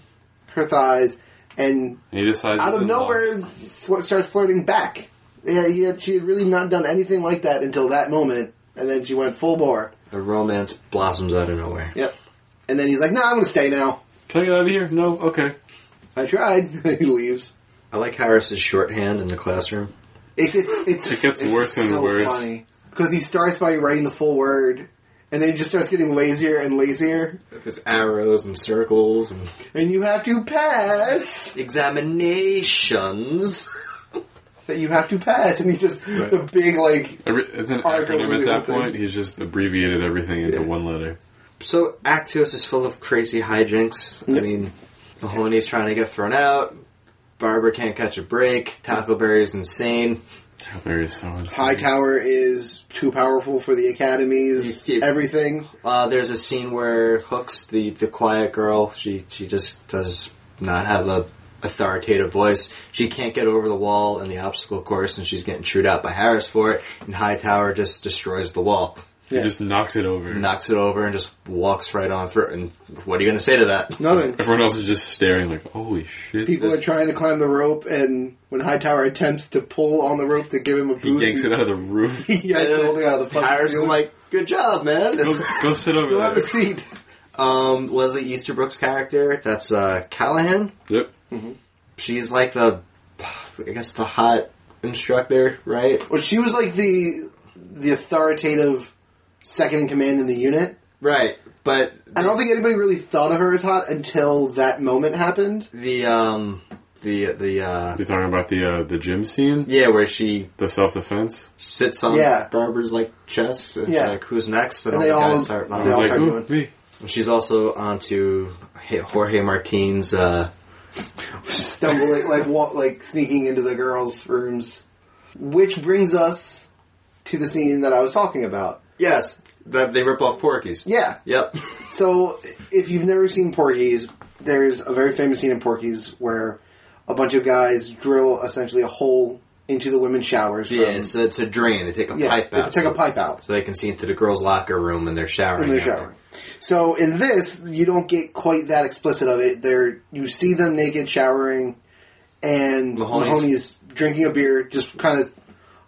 S3: her thighs, and
S1: And he decides
S3: out
S1: he's
S3: of
S1: in love.
S3: nowhere fl- starts flirting back. Yeah, he had, she had really not done anything like that until that moment, and then she went full bore.
S2: A romance blossoms out of nowhere.
S3: Yep. And then he's like, "No, nah, I'm gonna stay now."
S1: Can I get out of here? No? Okay.
S3: I tried. he leaves.
S2: I like Harris's shorthand in the classroom.
S3: It gets it's
S1: It gets
S3: it's
S1: worse and
S3: so
S1: worse.
S3: Funny because he starts by writing the full word, and then he just starts getting lazier and lazier.
S2: There's arrows and circles and
S3: And you have to pass.
S2: examinations.
S3: That you have to pass, and he just
S1: Right.
S3: the big like
S1: Every, it's an
S3: Article
S1: acronym
S3: really
S1: at that
S3: good thing.
S1: point. He's just abbreviated everything into one letter.
S2: So Actius is full of crazy hijinks. I mean, Mahoney's trying to get thrown out. Barber can't catch a break. Tackleberry's insane.
S1: There is so insane.
S3: Hightower is too powerful for the academies.
S2: Yeah.
S3: Everything.
S2: Uh, there's a scene where Hooks, the, the quiet girl, she, she just does not have a authoritative voice. She can't get over the wall in the obstacle course, and she's getting chewed out by Harris for it. And Hightower just destroys the wall,
S1: He just knocks it over.
S2: knocks it over, and just walks right on through. it. And what are you going to say to that?
S3: Nothing.
S1: Everyone else is just staring like, holy shit.
S3: People
S1: this-
S3: are trying to climb the rope, and when Hightower attempts to pull on the rope to give him a boost,
S1: he yanks it out of the roof.
S3: He yanks the whole thing out of the fucking
S2: Harris is
S3: ceiling.
S2: like, "Good job, man."
S1: go, go sit over
S3: Go have a
S1: there.
S3: seat.
S2: Um, Leslie Easterbrook's character, that's uh, Callahan.
S1: Yep.
S2: She's like the, I guess, the hot instructor, right?
S3: Well, she was like the the authoritative second in command in the unit.
S2: Right. But
S3: I don't think anybody really thought of her as hot until that moment happened.
S2: the um the the uh
S1: You're talking about the uh, the gym scene?
S2: yeah, where she
S1: The self defense?
S2: sits on
S3: Yeah.
S2: Barber's like chest and
S3: Yeah.
S2: she's like, "Who's next?" And,
S3: And
S2: all
S3: they
S2: the guys
S3: all-
S2: start.
S3: they all
S2: Like,
S1: Like,
S3: start
S1: ooh,
S3: doing-
S1: me.
S2: she's also onto Jorge Martin's. Uh,
S3: Stumbling, like walk, like sneaking into the girls' rooms, which brings us to the scene that I was talking about.
S2: yes, that they rip off Porky's.
S3: Yeah.
S2: Yep.
S3: So, if you've never seen Porky's, there's a very famous scene in Porky's where a bunch of guys drill essentially a hole into the women's showers. From,
S2: Yeah, it's a, it's a drain. They take a
S3: yeah,
S2: pipe
S3: they
S2: out.
S3: Take
S2: so,
S3: a pipe out.
S2: so they can see into the girls' locker room and they're showering.
S3: in the
S2: out
S3: shower. So in this, you don't get quite that explicit of it. There, you see them naked showering, and
S2: Mahoney's-
S3: Mahoney is drinking a beer, just kind of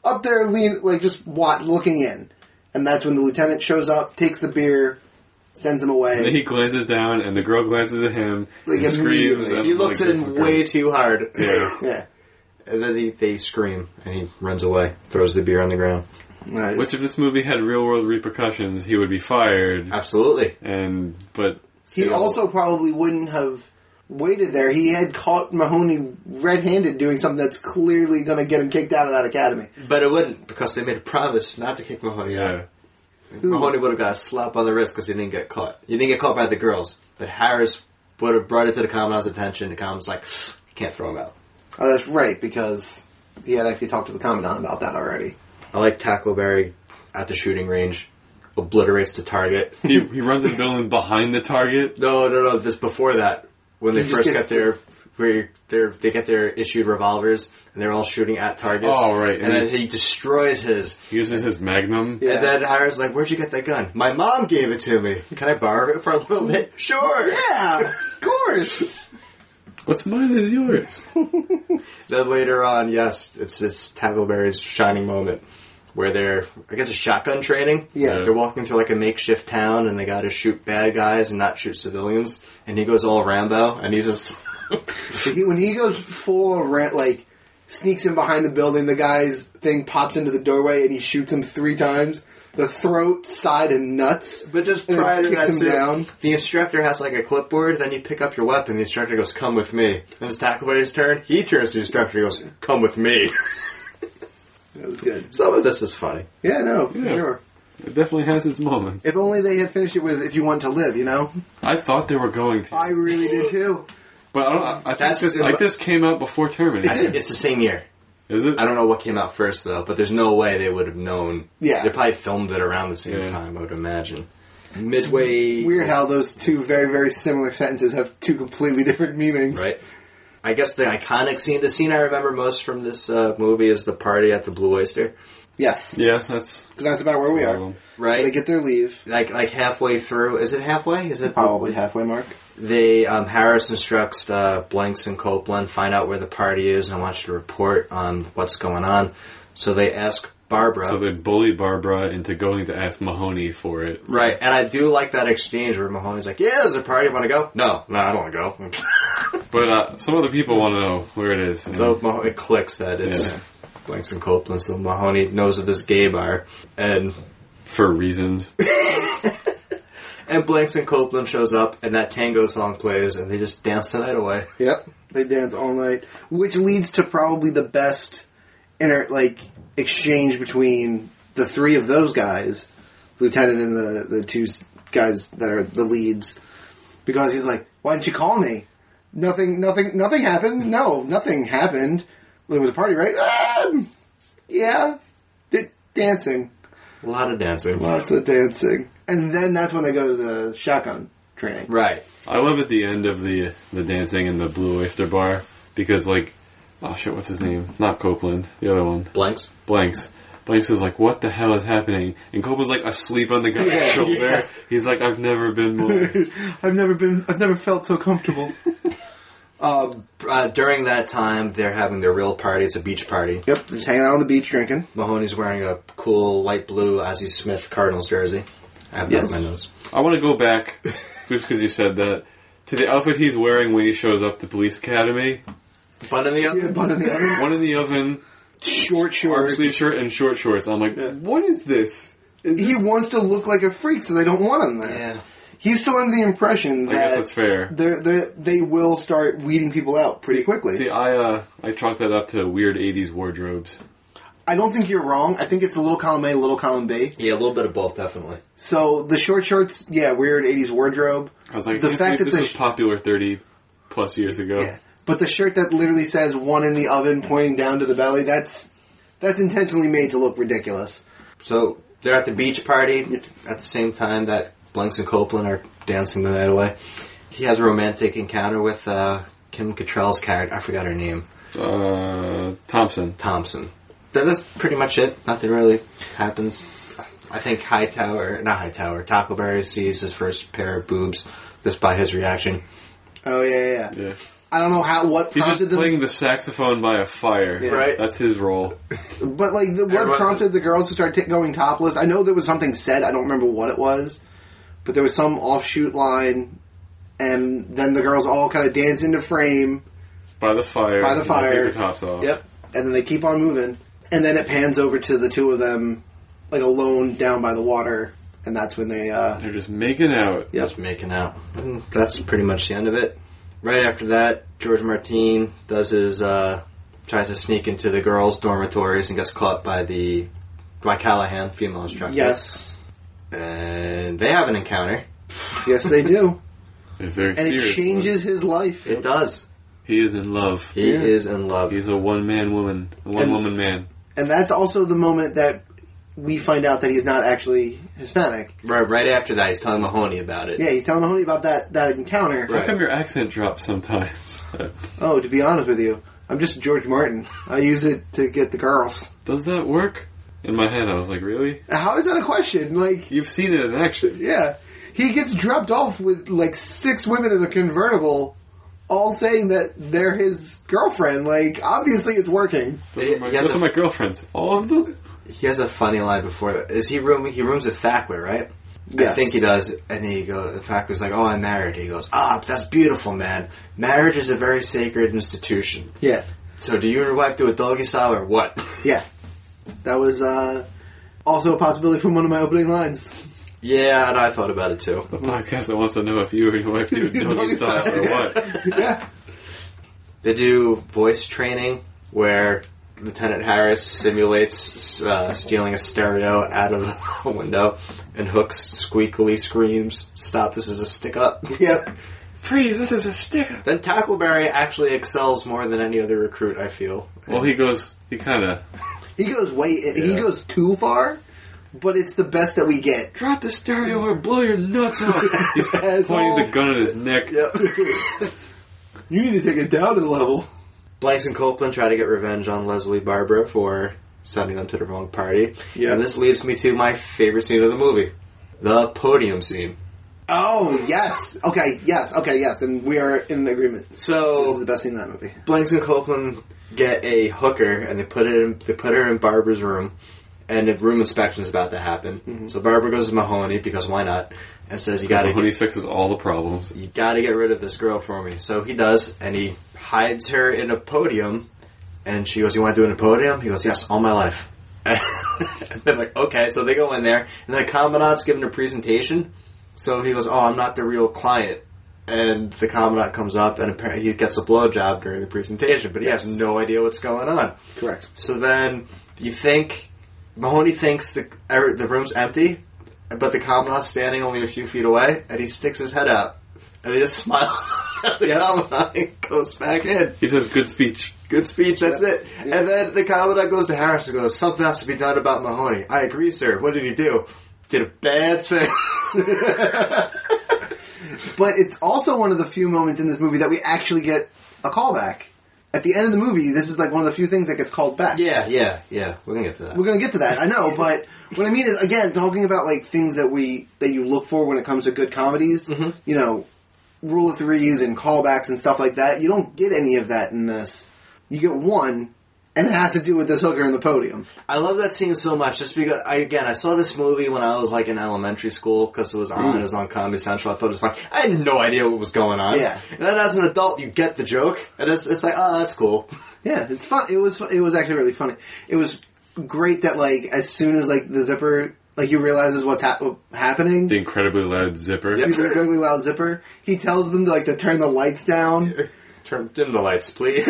S3: up there, lean like just wat looking in, and that's when the lieutenant shows up, takes the beer, sends him
S1: And then
S3: away.
S1: he glances down, and the girl glances at him.
S3: Like,
S1: and screams.
S3: immediately.
S1: and
S2: He
S1: I'm
S2: looks
S1: like,
S2: at
S1: this is
S2: him
S1: great.
S2: way too hard.
S1: Yeah.
S3: Yeah,
S2: And then he, they scream and he runs away, throws the beer on the ground.
S3: That is-
S1: Which, if this movie had real world repercussions, he would be fired.
S3: Uh,
S2: Absolutely.
S1: And but
S3: he also probably wouldn't have waited there. He had caught Mahoney red-handed doing something that's clearly going to get him kicked out of that academy.
S2: But it wouldn't because they made a promise not to kick Mahoney
S1: yeah,
S2: out. Mahoney would have got a slap on the wrist because he didn't get caught. He didn't get caught by the girls. But Harris would have brought it to the Commonwealth's attention. The Commonwealth's like, can't throw him out.
S3: Oh, that's right because he had actually talked to the commandant about that already.
S2: I like Tackleberry at the shooting range. Obliterates the target.
S1: he he runs the building behind the target.
S2: No, no, no. Just before that, when they
S3: You just
S2: first
S3: get-
S2: got their where they're, they get their issued revolvers and they're all shooting at targets.
S1: Oh, right,
S2: And,
S1: and
S2: then he destroys his.
S1: He uses his magnum.
S3: Yeah.
S2: And then Harris like, "Where'd you get that gun? My mom gave it to me. Can I borrow it for a little bit? Sure."
S3: Yeah, of course.
S1: What's mine is yours.
S2: Then later on, yes, it's this Tackleberry's shining moment where they're, I guess, a shotgun training.
S3: Yeah.
S2: They're walking through like a makeshift town and they gotta shoot bad guys and not shoot civilians. And he goes all Rambo and he's just.
S3: He- when he goes full on rant, like sneaks in behind the building, the guy's thing pops into the doorway and he shoots him three times. The throat, side, and nuts.
S2: But just
S3: And
S2: prior to
S3: kicks
S2: that,
S3: him
S2: too,
S3: down.
S2: the instructor has like a clipboard. Then you pick up your weapon. The instructor goes, "Come with me." Then it's Tackleberry's turn. He turns to the instructor. He goes, "Come with me."
S3: That was good.
S2: Some of this is funny.
S3: Yeah, no, for
S1: Yeah.
S3: sure.
S1: It definitely has its moments.
S3: If only they had finished it with "If you want to live," you know.
S1: I thought they were going to,
S3: I really did too.
S1: but I don't. I, I think
S2: That's-
S1: this, like this came out before Terminator.
S2: I think it's the same year.
S1: Is it?
S2: I don't know what came out first though, but there's no way they would have known.
S3: Yeah.
S2: they probably filmed it around the same
S1: Yeah.
S2: time. I would imagine. Midway,
S3: Weird how those two very, very similar sentences have two completely different meanings.
S2: right? I guess the iconic scene, the scene I remember most from this uh, movie, is the party at the Blue Oyster.
S3: Yes.
S1: Yeah, that's
S3: Because that's about where we
S1: one of
S3: are.
S1: them.
S2: Right.
S3: They get their leave,
S2: Like like halfway through, is it halfway? Is it
S3: probably halfway mark.
S2: they um, Harris instructs uh, Blanks and Copeland find out where the party is and I want you to report on what's going on. So they ask Barbara.
S1: So they bully Barbara into going to ask Mahoney for it.
S2: right, and I do like that exchange where Mahoney's like, "Yeah, there's a party. Want to go? No, no, I don't want to
S1: But uh, some other people want to know where it is.
S2: go." so Mah- it clicks that it's
S1: Yeah.
S2: Blanks and Copeland. So Mahoney knows of this gay bar, and
S1: for reasons.
S2: and Blanks and Copeland shows up, and that tango song plays, and they just dance the night away.
S3: Yep, they dance all night, which leads to probably the best inter like exchange between the three of those guys, Lieutenant and the the two s- guys that are the leads, because he's like, "Why didn't you call me?" Nothing, nothing, nothing happened. No, nothing happened. Well, There was a party, right? Ah, yeah, D- dancing,
S2: A lot of dancing.
S3: lots of dancing, and then that's when they go to the shotgun training.
S2: Right.
S1: I love at the end of the the dancing in the Blue Oyster Bar because like, oh shit, what's his name? Not Copeland, the other one,
S2: Blanks.
S1: Blanks. Blanks is like, what the hell is happening? And Copeland's like asleep on the guy's
S3: Yeah,
S1: shoulder.
S3: yeah.
S1: He's like, I've never been more.
S3: I've never been, I've never felt so comfortable.
S2: Uh, during that time, they're having their real party. It's a beach party.
S3: yep, just hanging out on the beach drinking.
S2: Mahoney's wearing a cool light blue Ozzie Smith Cardinals jersey. I have
S3: Yes.
S2: that on my nose.
S1: I want to go back just because you said that to the outfit he's wearing when he shows up to police academy.
S2: Bun in the
S3: Yeah, bun in the oven.
S1: One in the oven,
S3: Short
S1: arm
S3: shorts.
S1: sleeve shirt, and short shorts. I'm like, what is this? Is
S3: He wants to look like a freak, so they don't want him there.
S2: Yeah.
S3: He's still under the impression
S1: I guess
S3: that
S1: that's fair.
S3: they're, they're, they will start weeding people out pretty quickly.
S1: See, I uh, I chalk that up to weird '80s wardrobes.
S3: I don't think you're wrong. I think it's a little column A, little column B.
S2: Yeah, a little bit of both, definitely.
S3: So the short shorts, yeah, weird '80s wardrobe.
S1: I was like,
S3: the
S1: I can't
S3: fact that
S1: believe
S3: the
S1: this was
S3: sh-
S1: popular 30 plus years ago.
S3: yeah, but the shirt that literally says "one in the oven" pointing down to the belly. That's that's intentionally made to look ridiculous.
S2: So they're at the beach party at the same time that Blanks and Copeland are dancing the night away. He has a romantic encounter with uh, Kim Cattrall's character. I forgot her name.
S1: Uh, Thompson.
S2: Thompson. That, that's pretty much it. Nothing really happens. I think Hightower, not Hightower, Tackleberry sees his first pair of boobs just by his reaction.
S3: Oh yeah, yeah. yeah.
S1: Yeah.
S3: I don't know how what
S1: He's
S3: prompted
S1: just
S3: them,
S1: playing the saxophone by a fire.
S3: Yeah. Right.
S1: That's his role.
S3: but like the, what
S2: Everyone's-
S3: prompted the girls to start t- going topless. I know there was something said. I don't remember what it was, but there was some offshoot line, and then the girls all kind of dance into frame.
S1: By the fire.
S3: By
S1: and
S3: the
S1: they
S3: fire.
S1: Take their tops off.
S3: Yep. And then they keep on moving. And then it pans over to the two of them, like alone down by the water. And that's when they, uh,
S1: They're just making out.
S3: Yep.
S2: Just making out. And that's pretty much the end of it. Right after that, George Martin does his uh, tries to sneak into the girls' dormitories and gets caught by the by Callahan, female instructor.
S3: yes.
S2: and they have an encounter.
S3: Yes, they do.
S1: It's very
S3: And it
S1: serious.
S3: changes his life.
S2: It does.
S1: He is in love.
S2: He
S3: Yeah.
S2: is in love.
S1: He's a one man woman. One woman man.
S3: And that's also the moment that we find out that he's not actually Hispanic.
S2: right, right after that, he's telling Mahoney about it.
S3: Yeah, he's telling Mahoney about that, that encounter.
S1: How
S2: Right.
S1: come your accent drops sometimes?
S3: Oh, to be honest with you, I'm just George Martin. I use it to get the girls.
S1: Does that work? In my head, I was like, really?
S3: How is that a question? Like,
S1: You've seen it in action.
S3: Yeah. He gets dropped off with like six women in a convertible, all saying that they're his girlfriend. Like, obviously it's working.
S1: Those,
S2: He-
S1: are, my,
S2: he has
S1: those
S2: a-
S1: are my girlfriends. All of them?
S2: He has a funny line before that. Is he rooming? He rooms with Fackler, right? I
S3: Yes.
S2: think he does. And he goes, Fackler's like, "Oh, I'm married." He goes, "Ah, that's beautiful, man. Marriage is a very sacred institution."
S3: Yeah.
S2: So, do you and your wife do a doggy style or what?
S3: Yeah. That was uh, also a possibility from one of my opening lines.
S2: yeah, and I thought about it too.
S1: The podcast that wants to know if you or your wife do doggy
S3: Doggy
S1: style or
S3: style.
S1: what.
S3: yeah.
S2: They do voice training where Lieutenant Harris simulates uh, stealing a stereo out of a window, and Hooks squeakily screams, "Stop! This is a stick up."
S3: Yep.
S1: Freeze, this is a stick.
S2: Then Tackleberry actually excels more than any other recruit. I feel.
S1: Well, he goes, he kind of,
S3: He goes way. He
S2: Yeah.
S3: goes too far, but it's the best that we get.
S1: drop the stereo or blow your nuts out. He's
S3: That's all.
S1: pointing the gun at his neck.
S3: Yep. you need to take it down a level.
S2: Blanks and Copeland try to get revenge on Leslie Barber for sending them to the wrong party.
S3: Yeah.
S2: And this leads me to my favorite scene of the movie. The podium scene.
S3: Oh yes. Okay. Yes. Okay. Yes. And we are in agreement. This is
S2: So
S3: the best scene in that movie.
S2: Blanks and Copeland get a hooker and they put it in they put her in Barber's room and the room inspection is about to happen. So Barber goes to Mahoney because why not? And says you gotta
S1: Mahoney fixes all the problems.
S2: you gotta get rid of this girl for me. So he does, and he hides her in a podium. And she goes, "You want to do it in a podium?" He goes, "Yes, all my life." and they're like, "Okay." So they go in there, and the commandant's giving a presentation. So he goes, "Oh, I'm not the real client." And the commandant comes up, and apparently he gets a blowjob during the presentation, but he has no idea what's going on.
S3: Correct.
S2: So then you think Mahoney thinks the er, the room's empty, but the commandant's standing only a few feet away, and he sticks his head out, and he just smiles. the Commandant goes back in.
S1: He says good speech.
S2: Good speech, that's it.
S3: Yeah.
S2: And then the Commandant goes to Harris and goes, Something has to be done about Mahoney. I agree, sir. What did he do? Did a bad thing.
S3: But it's also one of the few moments in this movie that we actually get a callback. At the end of the movie, this is like one of the few things that gets called back.
S2: yeah, yeah, yeah. We're going to get to that.
S3: We're gonna get to that, I know, but what I mean is again, talking about like things that we that you look for when it comes to good comedies, you know, rule of threes and callbacks and stuff like that, you don't get any of that in this. You get one and it has to do with this hooker in the podium.
S2: I love that scene so much, just because I again I saw this movie when I was like in elementary school because it was on, it was on Comedy Central. I thought it was fun. I had no idea what was going on.
S3: Yeah.
S2: and then as an adult, you get the joke, and it's, it's like, oh, that's cool.
S3: Yeah, it's fun. It was it was actually really funny. It was great that like as soon as like the zipper like you realizes what's hap- happening,
S1: The incredibly loud zipper.
S2: Yep.
S3: he's an incredibly loud zipper. He tells them to like to turn the lights down.
S2: Turn dim the lights, please.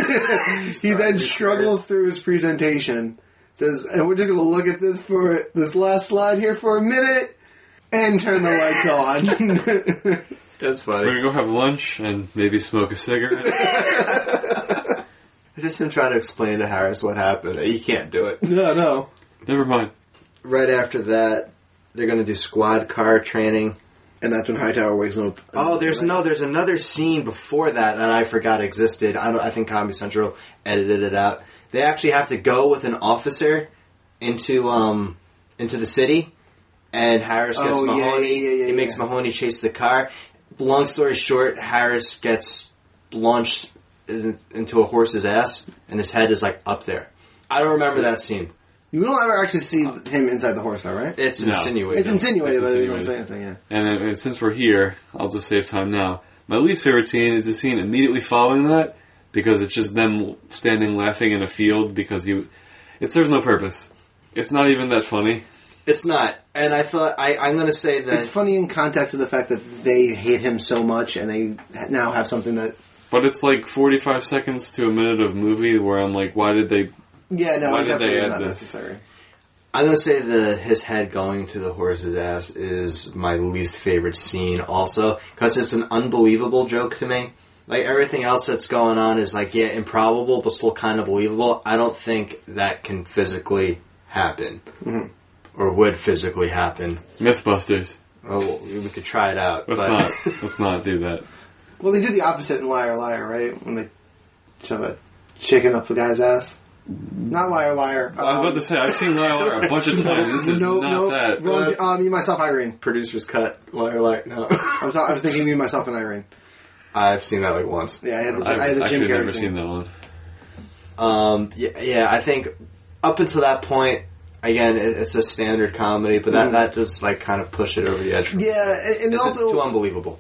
S3: He then struggles through his presentation. Says, and we're just gonna look at this for this last slide here for a minute, and turn the lights on.
S2: That's
S1: We're
S2: funny.
S1: gonna go have lunch and maybe smoke a cigarette.
S2: Just him trying to explain to Harris what happened. He can't do it.
S3: no, no.
S1: Never mind.
S2: Right after that, they're going to do squad car training.
S3: And that's when Hightower wakes up.
S2: Oh, there's no, there's another scene before that that I forgot existed. I don't. I think Comedy Central edited it out. They actually have to go with an officer into um into the city, and Harris gets
S3: Oh, yeah,
S2: Mahoney.
S3: yeah, yeah, yeah,
S2: he makes
S3: yeah.
S2: Mahoney chase the car. Long story short, Harris gets launched in, into a horse's ass, and his head is like up there. I don't remember that scene.
S3: You don't ever actually see him inside the horse, though, right?
S2: It's
S1: No.
S2: insinuated.
S3: It's insinuated,
S1: It's
S3: but they don't
S1: insinuated.
S3: say anything. Yeah.
S1: And, then, and since we're here, I'll just save time now. My least favorite scene is the scene immediately following that because it's just them standing laughing in a field because you. It serves no purpose. It's not even that funny.
S2: It's not. And I thought I, I'm going to say that.
S3: It's funny in context of the fact that they hate him so much, and they now have something that.
S1: But it's like 45 seconds to a minute of movie where I'm like, why did they.
S3: Yeah, no,
S1: Why
S3: it
S1: did
S3: definitely
S1: they
S3: is
S1: add
S3: not
S1: this?
S3: necessary.
S2: I'm gonna say the his head going to the horse's ass is my least favorite scene, also because it's an unbelievable joke to me. Like everything else that's going on is like yeah, improbable but still kind of believable. I don't think that can physically happen, or would physically happen.
S1: Mythbusters.
S2: Oh, we could try it out,
S1: Let's
S2: but
S1: not. Let's not do that.
S3: Well, they do the opposite in Liar Liar, right? When they shove a chicken up a guy's ass. Not Liar Liar.
S1: I was
S3: um,
S1: about to say, I've seen Lyle a bunch of times. This is
S3: no,
S1: not
S3: no,
S1: that.
S3: Wrong, uh, me, myself, Irene.
S2: producer's cut. Liar, liar. No,
S3: I was, I was thinking me, myself, and Irene.
S2: I've seen that like once.
S3: Yeah, I had the,
S1: I've
S3: I had the Jim
S1: actually
S3: Carrey
S1: never
S3: thing.
S1: seen that one.
S2: Um, yeah, yeah, I think up until that point, again, it, it's a standard comedy, but that, that just like kind of pushed it over the edge. for me.
S3: Mm. Yeah, and, and
S2: it's
S3: also
S2: too um, unbelievable.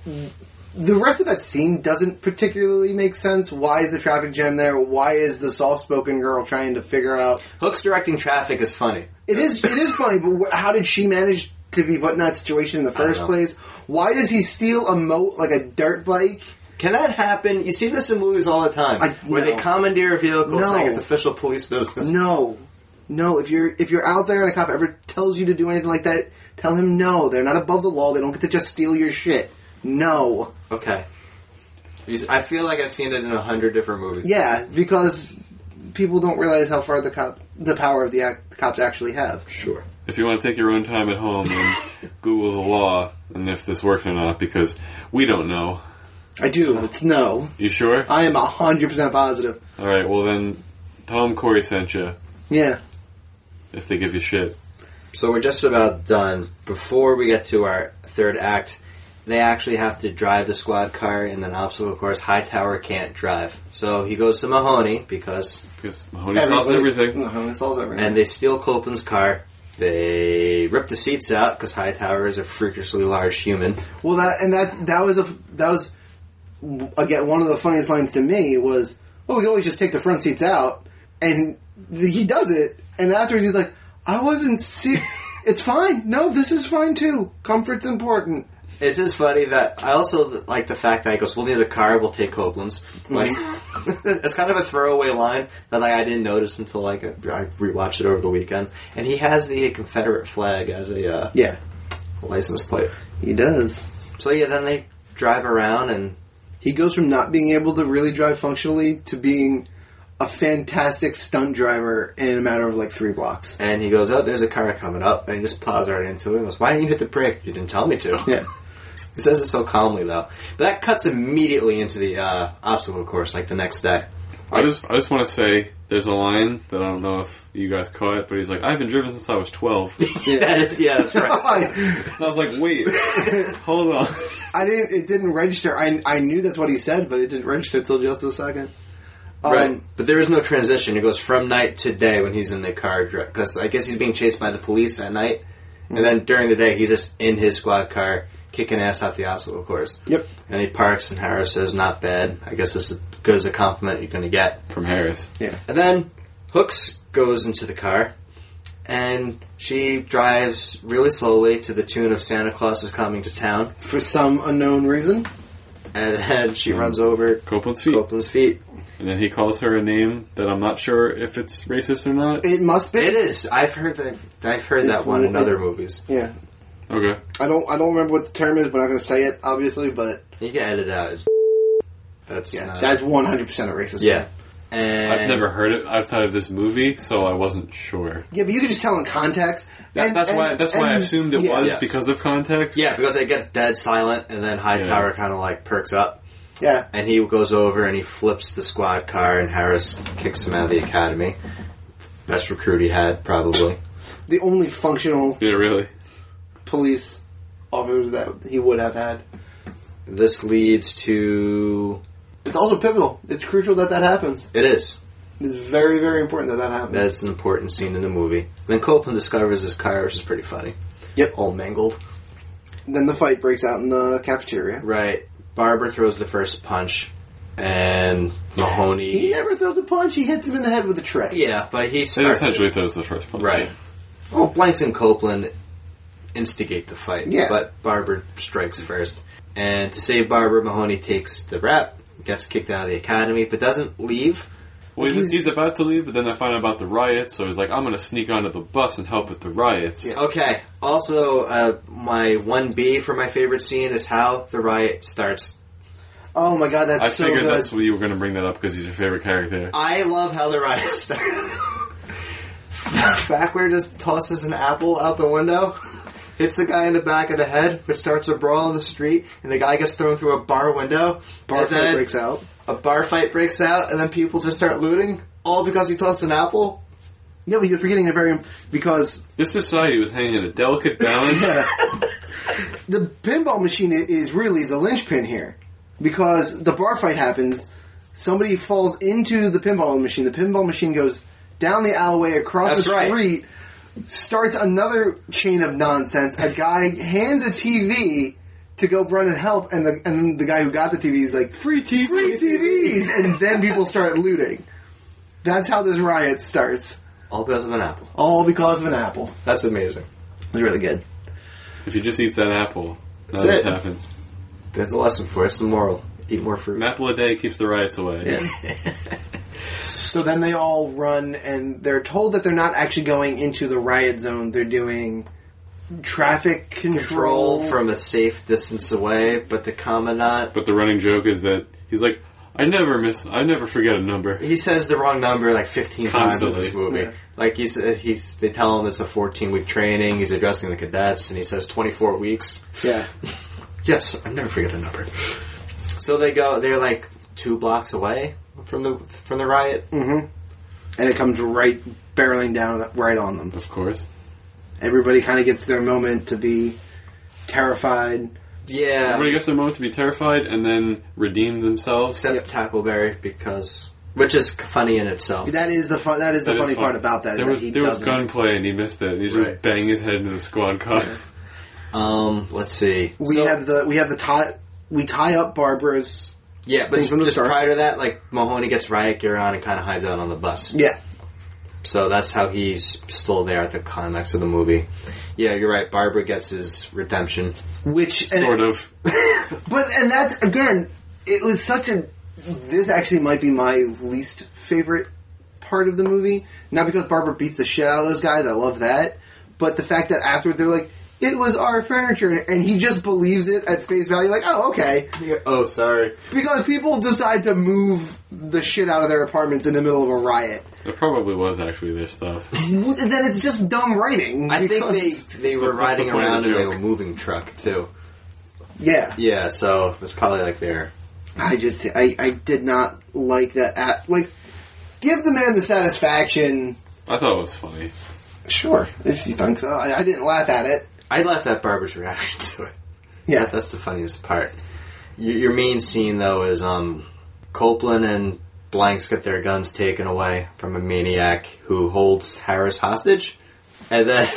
S3: the rest of that scene doesn't particularly make sense. Why is the traffic jam there? Why is the soft-spoken girl trying to figure out?
S2: Hooks directing traffic is funny.
S3: It is it is funny, but wh- how did she manage to be put in that situation in the
S2: don't
S3: first
S2: know.
S3: place? Why does he steal a moat like a dirt bike?
S2: Can that happen? You see this in movies all the time,
S3: I-
S2: where
S3: no.
S2: they commandeer vehicles
S3: No.
S2: like it's official police business.
S3: No, no. If you're if you're out there and a cop ever tells you to do anything like that, tell him no. They're not above the law. They don't get to just steal your shit. No.
S2: Okay, You- I feel like I've seen it in a hundred different movies.
S3: Yeah, because people don't realize how far the cop the power of the, act, the cops actually have.
S2: Sure.
S1: If you want to take your own time at home and Google the law and if this works or not, because we don't know.
S3: I do. It's no.
S1: You sure?
S3: I am hundred percent positive.
S1: All right. Well then, Tom Corey sent you.
S3: Yeah.
S1: If they give you shit,
S2: So we're just about done. Before we get to our third act, they actually have to drive the squad car in an obstacle course. Hightower can't drive. So he goes to Mahoney because
S1: because Mahoney solves everything.
S3: Mahoney solves everything.
S2: and they steal Copeland's car. They rip the seats out because Hightower is a freakishly large human.
S3: Well, that and that that was a that was again one of the funniest lines to me was, "Oh, we can always just take the front seats out," and th- he does it, and afterwards he's like, "I wasn't serious. it's fine. No, this is fine too. Comfort's important."
S2: It is funny that I also like the fact that he goes, "We'll need a car. We'll take Copeland's." Like it's kind of a throwaway line that like, I didn't notice until like I rewatched it over the weekend. And he has the Confederate flag as a uh,
S3: Yeah,
S2: license plate.
S3: he does.
S2: So yeah, then they drive around and
S3: He goes from not being able to really drive functionally to being a fantastic stunt driver in a matter of like three blocks.
S2: And he goes, "Oh, there's a car coming up," and he just plows right into it. And goes, "Why didn't you hit the brake? You didn't tell me to."
S3: Yeah.
S2: He says it so calmly though. But that cuts immediately into the uh, obstacle course, like the next day.
S1: I just I just want to say there's a line that I don't know if you guys caught, but he's like, I haven't driven since I was 12. and
S2: Yeah, Um, that is, yeah that's right.
S3: I,
S1: I was like, wait, hold on.
S3: I didn't. It didn't register. I I knew that's what he said, but it didn't register till just a second. Um,
S2: right. But there is no transition. It goes from night to day when he's in the car because I guess he's being chased by the police at night, and then during the day he's just in his squad car kicking ass out the obstacle course.
S3: Yep.
S2: And he parks, and Harris says, "Not bad. I guess this is as good as a compliment you're going to get."
S1: From Harris.
S3: Yeah.
S2: And then Hooks goes into the car, and she drives really slowly to the tune of "Santa Claus is Coming to Town,"
S3: For some unknown reason.
S2: and then she runs over
S1: Copeland's Mm. feet.
S2: Copeland's feet.
S1: And then he calls her a name that I'm not sure if it's racist or not.
S3: It must be.
S2: It is. I've heard that. I've heard that
S3: It's
S2: one in
S3: one-
S2: other movies.
S3: Yeah.
S1: Okay.
S3: I don't. I don't remember what the term is. We're not going to say it, obviously. But
S2: You can edit out. That's
S3: yeah,
S2: not-
S3: that's one hundred percent a racist.
S2: yeah. And
S1: I've never heard it outside of this movie, so I wasn't sure.
S3: Yeah, but you can just tell in context.
S1: That,
S3: And-
S1: that's why.
S3: and-
S1: That's why I
S3: and-
S1: assumed it
S3: yeah,
S1: was
S2: yes.
S1: because of context.
S2: Yeah, because it gets dead silent, and then Hightower kind of like perks up,
S3: Yeah.
S2: and he goes over and he flips the squad car, and Harris kicks him out of the academy. Best recruit he had, probably.
S3: The only functional
S1: Yeah, really.
S3: police officer that he would have had.
S2: This leads to
S3: It's also pivotal. It's crucial that that happens.
S2: it is.
S3: It's very, very important that that happens.
S2: That's an important scene in the movie. Then Copeland discovers his car, which is pretty funny.
S3: Yep.
S2: all mangled.
S3: Then the fight breaks out in the cafeteria.
S2: Right. Barber throws the first punch, and Mahoney.
S3: He never throws a punch. He hits him in the head with a tray.
S2: Yeah, but he
S1: It
S2: starts
S1: essentially throws the first punch.
S2: right. Well, Blanks and Copeland instigate the fight,
S3: Yeah.
S2: but Barber strikes first. And to save Barber, Mahoney takes the rap, gets kicked out of the academy, but doesn't leave.
S1: Well, he's,
S3: He's-
S1: he's about to leave, but then I find out about the riots, so he's like, "I'm going to sneak onto the bus and help with the riots."
S3: Yeah.
S2: Okay. Also, uh, my one B for my favorite scene is how the riot starts.
S3: Oh my god, that's
S1: I
S3: so
S1: figured
S3: good.
S1: that's what you were going to bring that up because he's your favorite character.
S2: I love how the riot starts. Fackler just tosses an apple out the window, hits the guy in the back of the head, which starts a brawl in the street, and the guy gets thrown through a bar window.
S3: Bar
S2: and
S3: fight
S2: then
S3: breaks out.
S2: A bar fight breaks out, and then people just start looting, all because he tossed an apple.
S3: Yeah, but you're forgetting a very because
S1: This society was hanging in a delicate balance.
S3: the pinball machine i- is really the linchpin here because the bar fight happens. Somebody falls into the pinball machine. The pinball machine goes down the alleyway across
S2: That's
S3: the
S2: right.
S3: street, starts another chain of nonsense. A guy hands a TV to go run and help, and the and the guy who got the TV is like free
S1: TV."
S3: free TVs, and then people start looting. That's how this riot starts,
S2: All because of an apple.
S3: all because of an apple.
S2: That's amazing.
S3: It's really good.
S1: If he just eats that apple,
S2: That's
S1: nothing
S2: it.
S1: happens.
S2: There's a lesson for us, the moral. Eat more fruit.
S1: An apple a day keeps the riots away.
S3: So then they all run, and they're told that they're not actually going into the riot zone. They're doing traffic control.
S2: Control from a safe distance away, but the commandant
S1: But the running joke is that he's like, "I never miss. I never forget a number."
S2: He says the wrong number like 15 times in this
S1: Constantly.
S2: movie.
S3: Yeah.
S2: Like he's uh, he's they tell him it's a 14 week training. He's addressing the cadets and he says 24 weeks.
S3: yeah,
S2: Yes, I never forget a number. So they go. They're like two blocks away from the from the riot.
S3: Mm-hmm. and it comes right barreling down right on them.
S1: Of course.
S3: Everybody kind of gets their moment to be terrified.
S2: Yeah,
S1: Everybody gets their moment to be terrified and then redeem themselves.
S2: except Tackleberry because which is funny in itself.
S3: That is the fun. That is the
S1: That is
S3: funny
S1: fun.
S3: part about that is
S1: There
S3: that
S1: was
S3: he
S1: there was
S3: doesn't.
S1: gunplay and he missed it. He just
S2: Right.
S1: banged his head into the squad car.
S2: Um, let's see.
S3: we
S2: So-
S3: have the we have the tie. We tie up Barbara's.
S2: yeah, but
S3: things
S2: just
S3: from the start.
S2: prior to that, like Mahoney gets riot gear on and kind of hides out on the bus.
S3: Yeah,
S2: So that's how he's still there at the climax of the movie. Yeah, you're right. Barbara gets his redemption.
S3: which and-
S1: Sort of.
S3: But and that's again, it was such a. This actually might be my least favorite part of the movie. Not because Barbara beats the shit out of those guys. I love that, but the fact that afterwards they're like, it was our furniture, and he just believes it at face value. Like, oh, okay,
S2: Oh, sorry.
S3: because people decide to move the shit out of their apartments in the middle of a riot.
S1: It probably was actually their stuff.
S3: Then it's just dumb writing.
S2: I think they,
S3: because-
S2: they
S1: That's
S2: were
S1: the
S2: riding
S1: point of
S2: around
S1: the
S2: in a
S1: joke.
S2: moving truck too.
S3: yeah.
S2: Yeah, so that's probably like their
S3: I just I I did not like that. At like, give the man the satisfaction.
S1: I thought it was funny.
S3: Sure, if you think so. I, I didn't laugh at it.
S2: I left that barber's reaction to it.
S3: Yeah,
S2: That- That's the funniest part. Your, your main scene though is um, Copeland and Blanks get their guns taken away from a maniac who holds Harris hostage, and then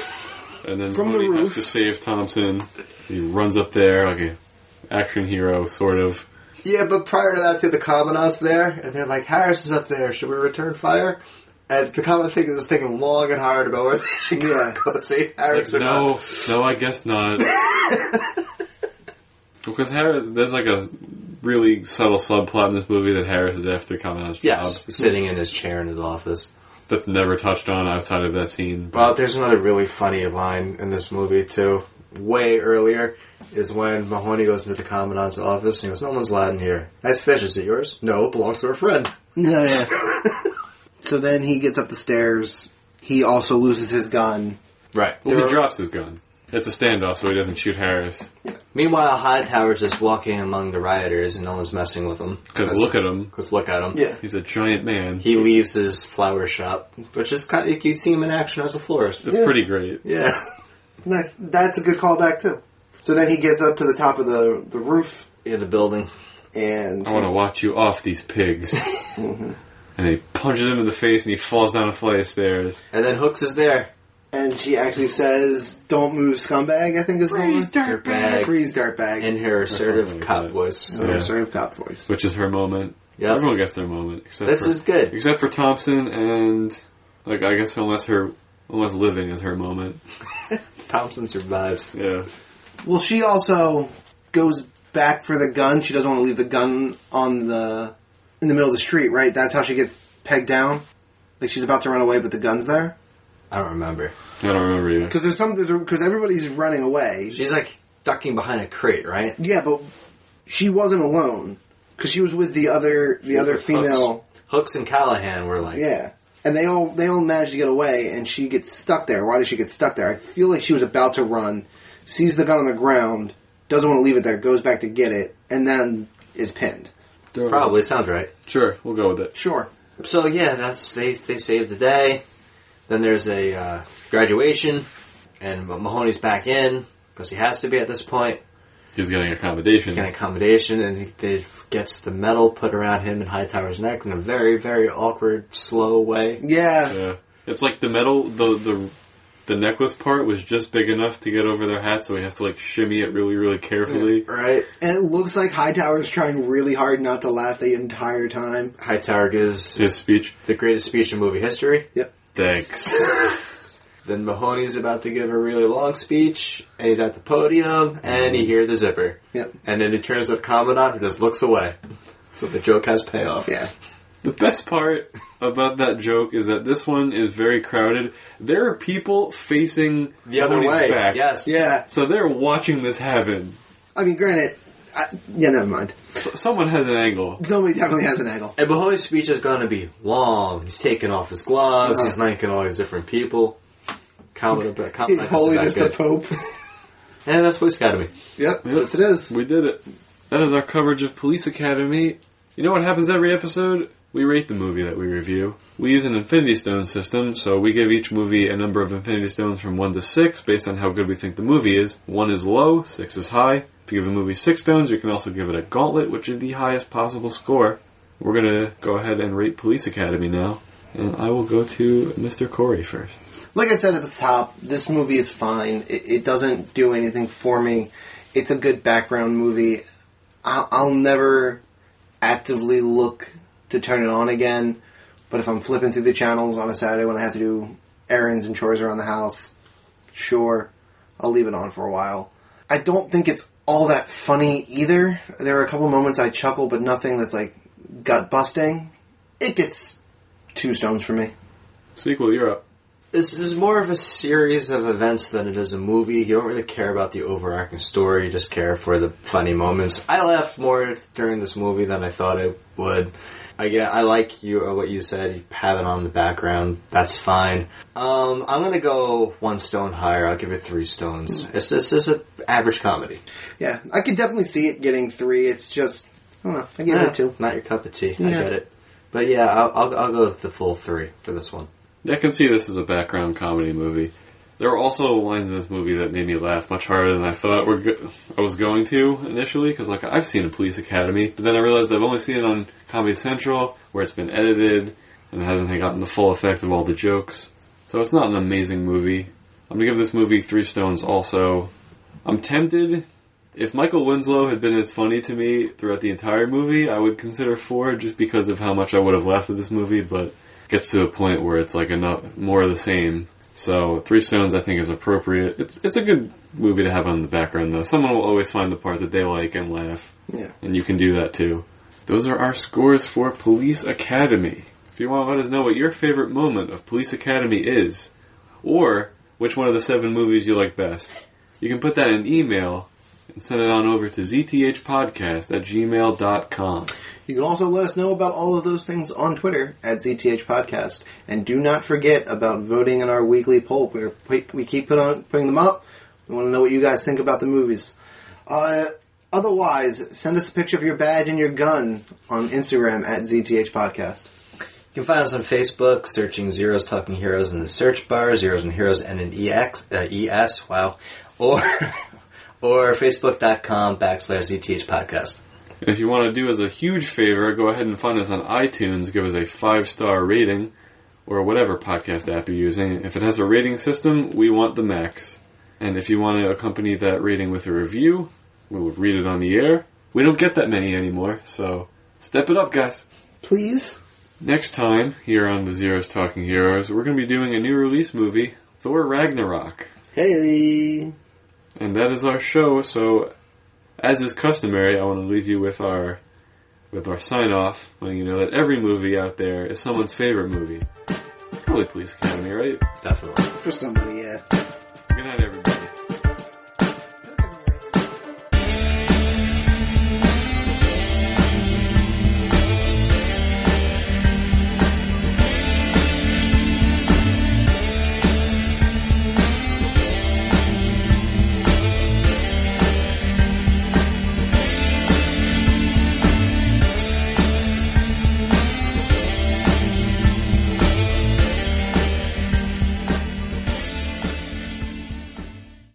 S1: And then
S4: From the
S1: when he
S4: roof.
S1: has to save Thompson, he runs up there like a action hero, sort of.
S2: yeah, but prior to that too, the commandant's there, and they're like, Harris is up there. Should we return fire? And the commandant thing is thinking long and hard about whether they should
S3: Yeah.
S2: go save Harris
S1: Like,
S2: or
S1: no,
S2: not.
S1: no, I guess not. because Harris, there's like a really subtle subplot in this movie that Harris is after Kamal's job
S2: Yes, he's sitting in his chair in his office.
S1: that's never touched on outside of that scene. But
S2: Well, there's another really funny line in this movie too. Way earlier is when Mahoney goes into the commandant's office and he goes, "No one's allowed in here." Nice fish. Is it yours? No, it belongs to a friend.
S3: yeah, yeah. so then he gets up the stairs. He also loses his gun.
S2: Right.
S1: well, he drops his gun. It's a standoff, so he doesn't shoot Harris.
S2: Meanwhile, Hightower's just walking among the rioters and no one's messing with him.
S1: Because look at him.
S2: Because look at him.
S3: Yeah.
S1: He's a giant man.
S2: He leaves his flower shop, which is kind of you see him in action as a florist.
S1: That's
S3: Yeah.
S1: pretty great.
S2: Yeah.
S3: Nice. That's a good callback too. So then he gets up to the top of the the roof
S2: In the building.
S3: and
S1: I want to watch you off these pigs.
S2: Mm-hmm.
S1: and he punches him in the face, and he falls down a flight of stairs.
S2: And then Hooks is there.
S3: and she actually says, "Don't move, scumbag." I think is the line.
S2: Dirtbag.
S3: Freeze, dirtbag.
S2: In her assertive
S1: something like
S2: cop
S1: that.
S2: voice.
S3: So
S1: Yeah.
S3: sort of cop voice.
S1: which is her moment.
S2: Yeah.
S1: Everyone gets their moment, except
S2: This
S1: for,
S2: is good.
S1: except for Thompson and like I guess unless her unless living is her moment.
S2: Thompson survives.
S1: Yeah,
S3: Well, she also goes back for the gun. She doesn't want to leave the gun on the in the middle of the street, right? That's how she gets pegged down. Like she's about to run away, but the gun's there.
S2: I don't remember.
S1: I don't remember either.
S3: Because there's some there's because everybody's running away.
S2: She's like ducking behind a crate, right?
S3: Yeah, but she wasn't alone because she was with the other the other
S2: Hooks-
S3: female.
S2: Hooks and Callahan were like,
S3: Yeah. And they all they all manage to get away, and she gets stuck there. Why did she get stuck there? I feel like she was about to run, sees the gun on the ground, doesn't want to leave it there, goes back to get it, and then is pinned.
S2: probably sounds right.
S1: Sure, we'll go with it.
S3: Sure.
S2: So yeah, that's they they saved the day. Then there's a uh, graduation, and Mahoney's back in because he has to be at this point.
S1: He's getting accommodation.
S2: He's got an accommodation, and he they gets the medal put around him and Hightower's neck in a very very awkward, slow way.
S3: Yeah.
S1: Yeah, it's like the metal the the the necklace part was just big enough to get over their hat, so he has to like shimmy it really really carefully.
S2: Right.
S3: And it looks like Hightower's trying really hard not to laugh the entire time.
S2: Hightower gives
S1: His speech.
S2: the greatest speech in movie history.
S3: Yep.
S1: Thanks.
S2: Then Mahoney's about to give a really long speech, and he's at the podium, and you hear the zipper.
S3: Yep.
S2: And then he turns to the commandant and just looks away. So the joke has payoff.
S3: Yeah.
S1: The best part about that joke is that this one is very crowded. There are people facing
S2: The other
S1: Mahoney's
S2: way.
S1: back.
S2: Yes.
S3: Yeah.
S1: So they're watching this happen.
S3: I mean, granted, I, yeah, never mind.
S1: S- someone has an angle.
S3: Somebody definitely has an angle.
S2: And Mahoney's speech is going to be long. He's taking off his gloves. He's thanking all these different people. Comment about comment.
S3: His Holiness the Pope.
S2: And that's what it's got to be.
S3: yep. Yes, it is.
S1: We did it. That is our coverage of Police Academy. You know what happens every episode? We rate the movie that we review. We use an Infinity Stone system, so we give each movie a number of Infinity Stones from 1 to 6 based on how good we think the movie is. 1 is low, 6 is high. If you give a movie 6 stones, you can also give it a gauntlet, which is the highest possible score. We're going to go ahead and rate Police Academy now. And I will go to Mr. Corey first.
S3: Like I said at the top, this movie is fine. It, it doesn't do anything for me. It's a good background movie. I'll, I'll never actively look to turn it on again, but if I'm flipping through the channels on a Saturday when I have to do errands and chores around the house, sure, I'll leave it on for a while. I don't think it's all that funny either. There are a couple moments I chuckle, but nothing that's like gut busting. It gets two stones for me.
S1: Sequel, you're up.
S2: This is more of a series of events than it is a movie. You don't really care about the overarching story. You just care for the funny moments. I laughed more during this movie than I thought I would. I get. I like you or what you said. You have it on the background. That's fine. Um, I'm gonna go one stone higher. I'll give it three stones. It's this is an average comedy.
S3: Yeah, I could definitely see it getting three. It's just, I don't know. I give
S2: Eh,
S3: it a two.
S2: Not your cup of tea. I
S3: Yeah.
S2: get it. But yeah, I'll, I'll, I'll go with the full three for this one.
S1: Yeah, I can see this as a background comedy movie. There were also lines in this movie that made me laugh much harder than I thought were go- I was going to initially, because like I've seen a Police Academy, but then I realized I've only seen it on Comedy Central, where it's been edited and hasn't gotten the full effect of all the jokes. So it's not an amazing movie. I'm gonna give this movie three stones. Also, I'm tempted. If Michael Winslow had been as funny to me throughout the entire movie, I would consider four just because of how much I would have laughed at this movie, but gets to a point where it's like enough more of the same. So Three Stones I think is appropriate. It's it's a good movie to have on the background though. Someone will always find the part that they like and laugh.
S3: Yeah.
S1: And you can do that too. Those are our scores for Police Academy. If you want to let us know what your favorite moment of Police Academy is, or which one of the seven movies you like best, you can put that in email and send it on over to zthpodcast at gmail.com.
S3: You can also let us know about all of those things on Twitter at ZTH Podcast, and do not forget about voting in our weekly poll. We're, we we keep put on putting them up. We want to know what you guys think about the movies. Uh, otherwise, send us a picture of your badge and your gun on Instagram at ZTH Podcast.
S2: You can find us on Facebook, searching Zeros Talking Heroes in the search bar, Zeros and Heroes and an EX, uh, ES, wow, or or facebook.com backslash ZTH podcast.
S1: And if you want to do us a huge favor, go ahead and find us on iTunes, give us a five star rating, or whatever podcast app you're using. If it has a rating system, we want the max. And if you want to accompany that rating with a review, we'll read it on the air. We don't get that many anymore, so step it up, guys.
S3: Please.
S1: Next time, here on the Zeros Talking Heroes, we're going to be doing a new release movie, Thor Ragnarok.
S3: Hey.
S1: And that is our show. So, as is customary, I want to leave you with our with our sign off, letting you know that every movie out there is someone's favorite movie. Probably Police Academy, right?
S2: Definitely.
S3: For somebody, yeah.
S1: Good night, everybody.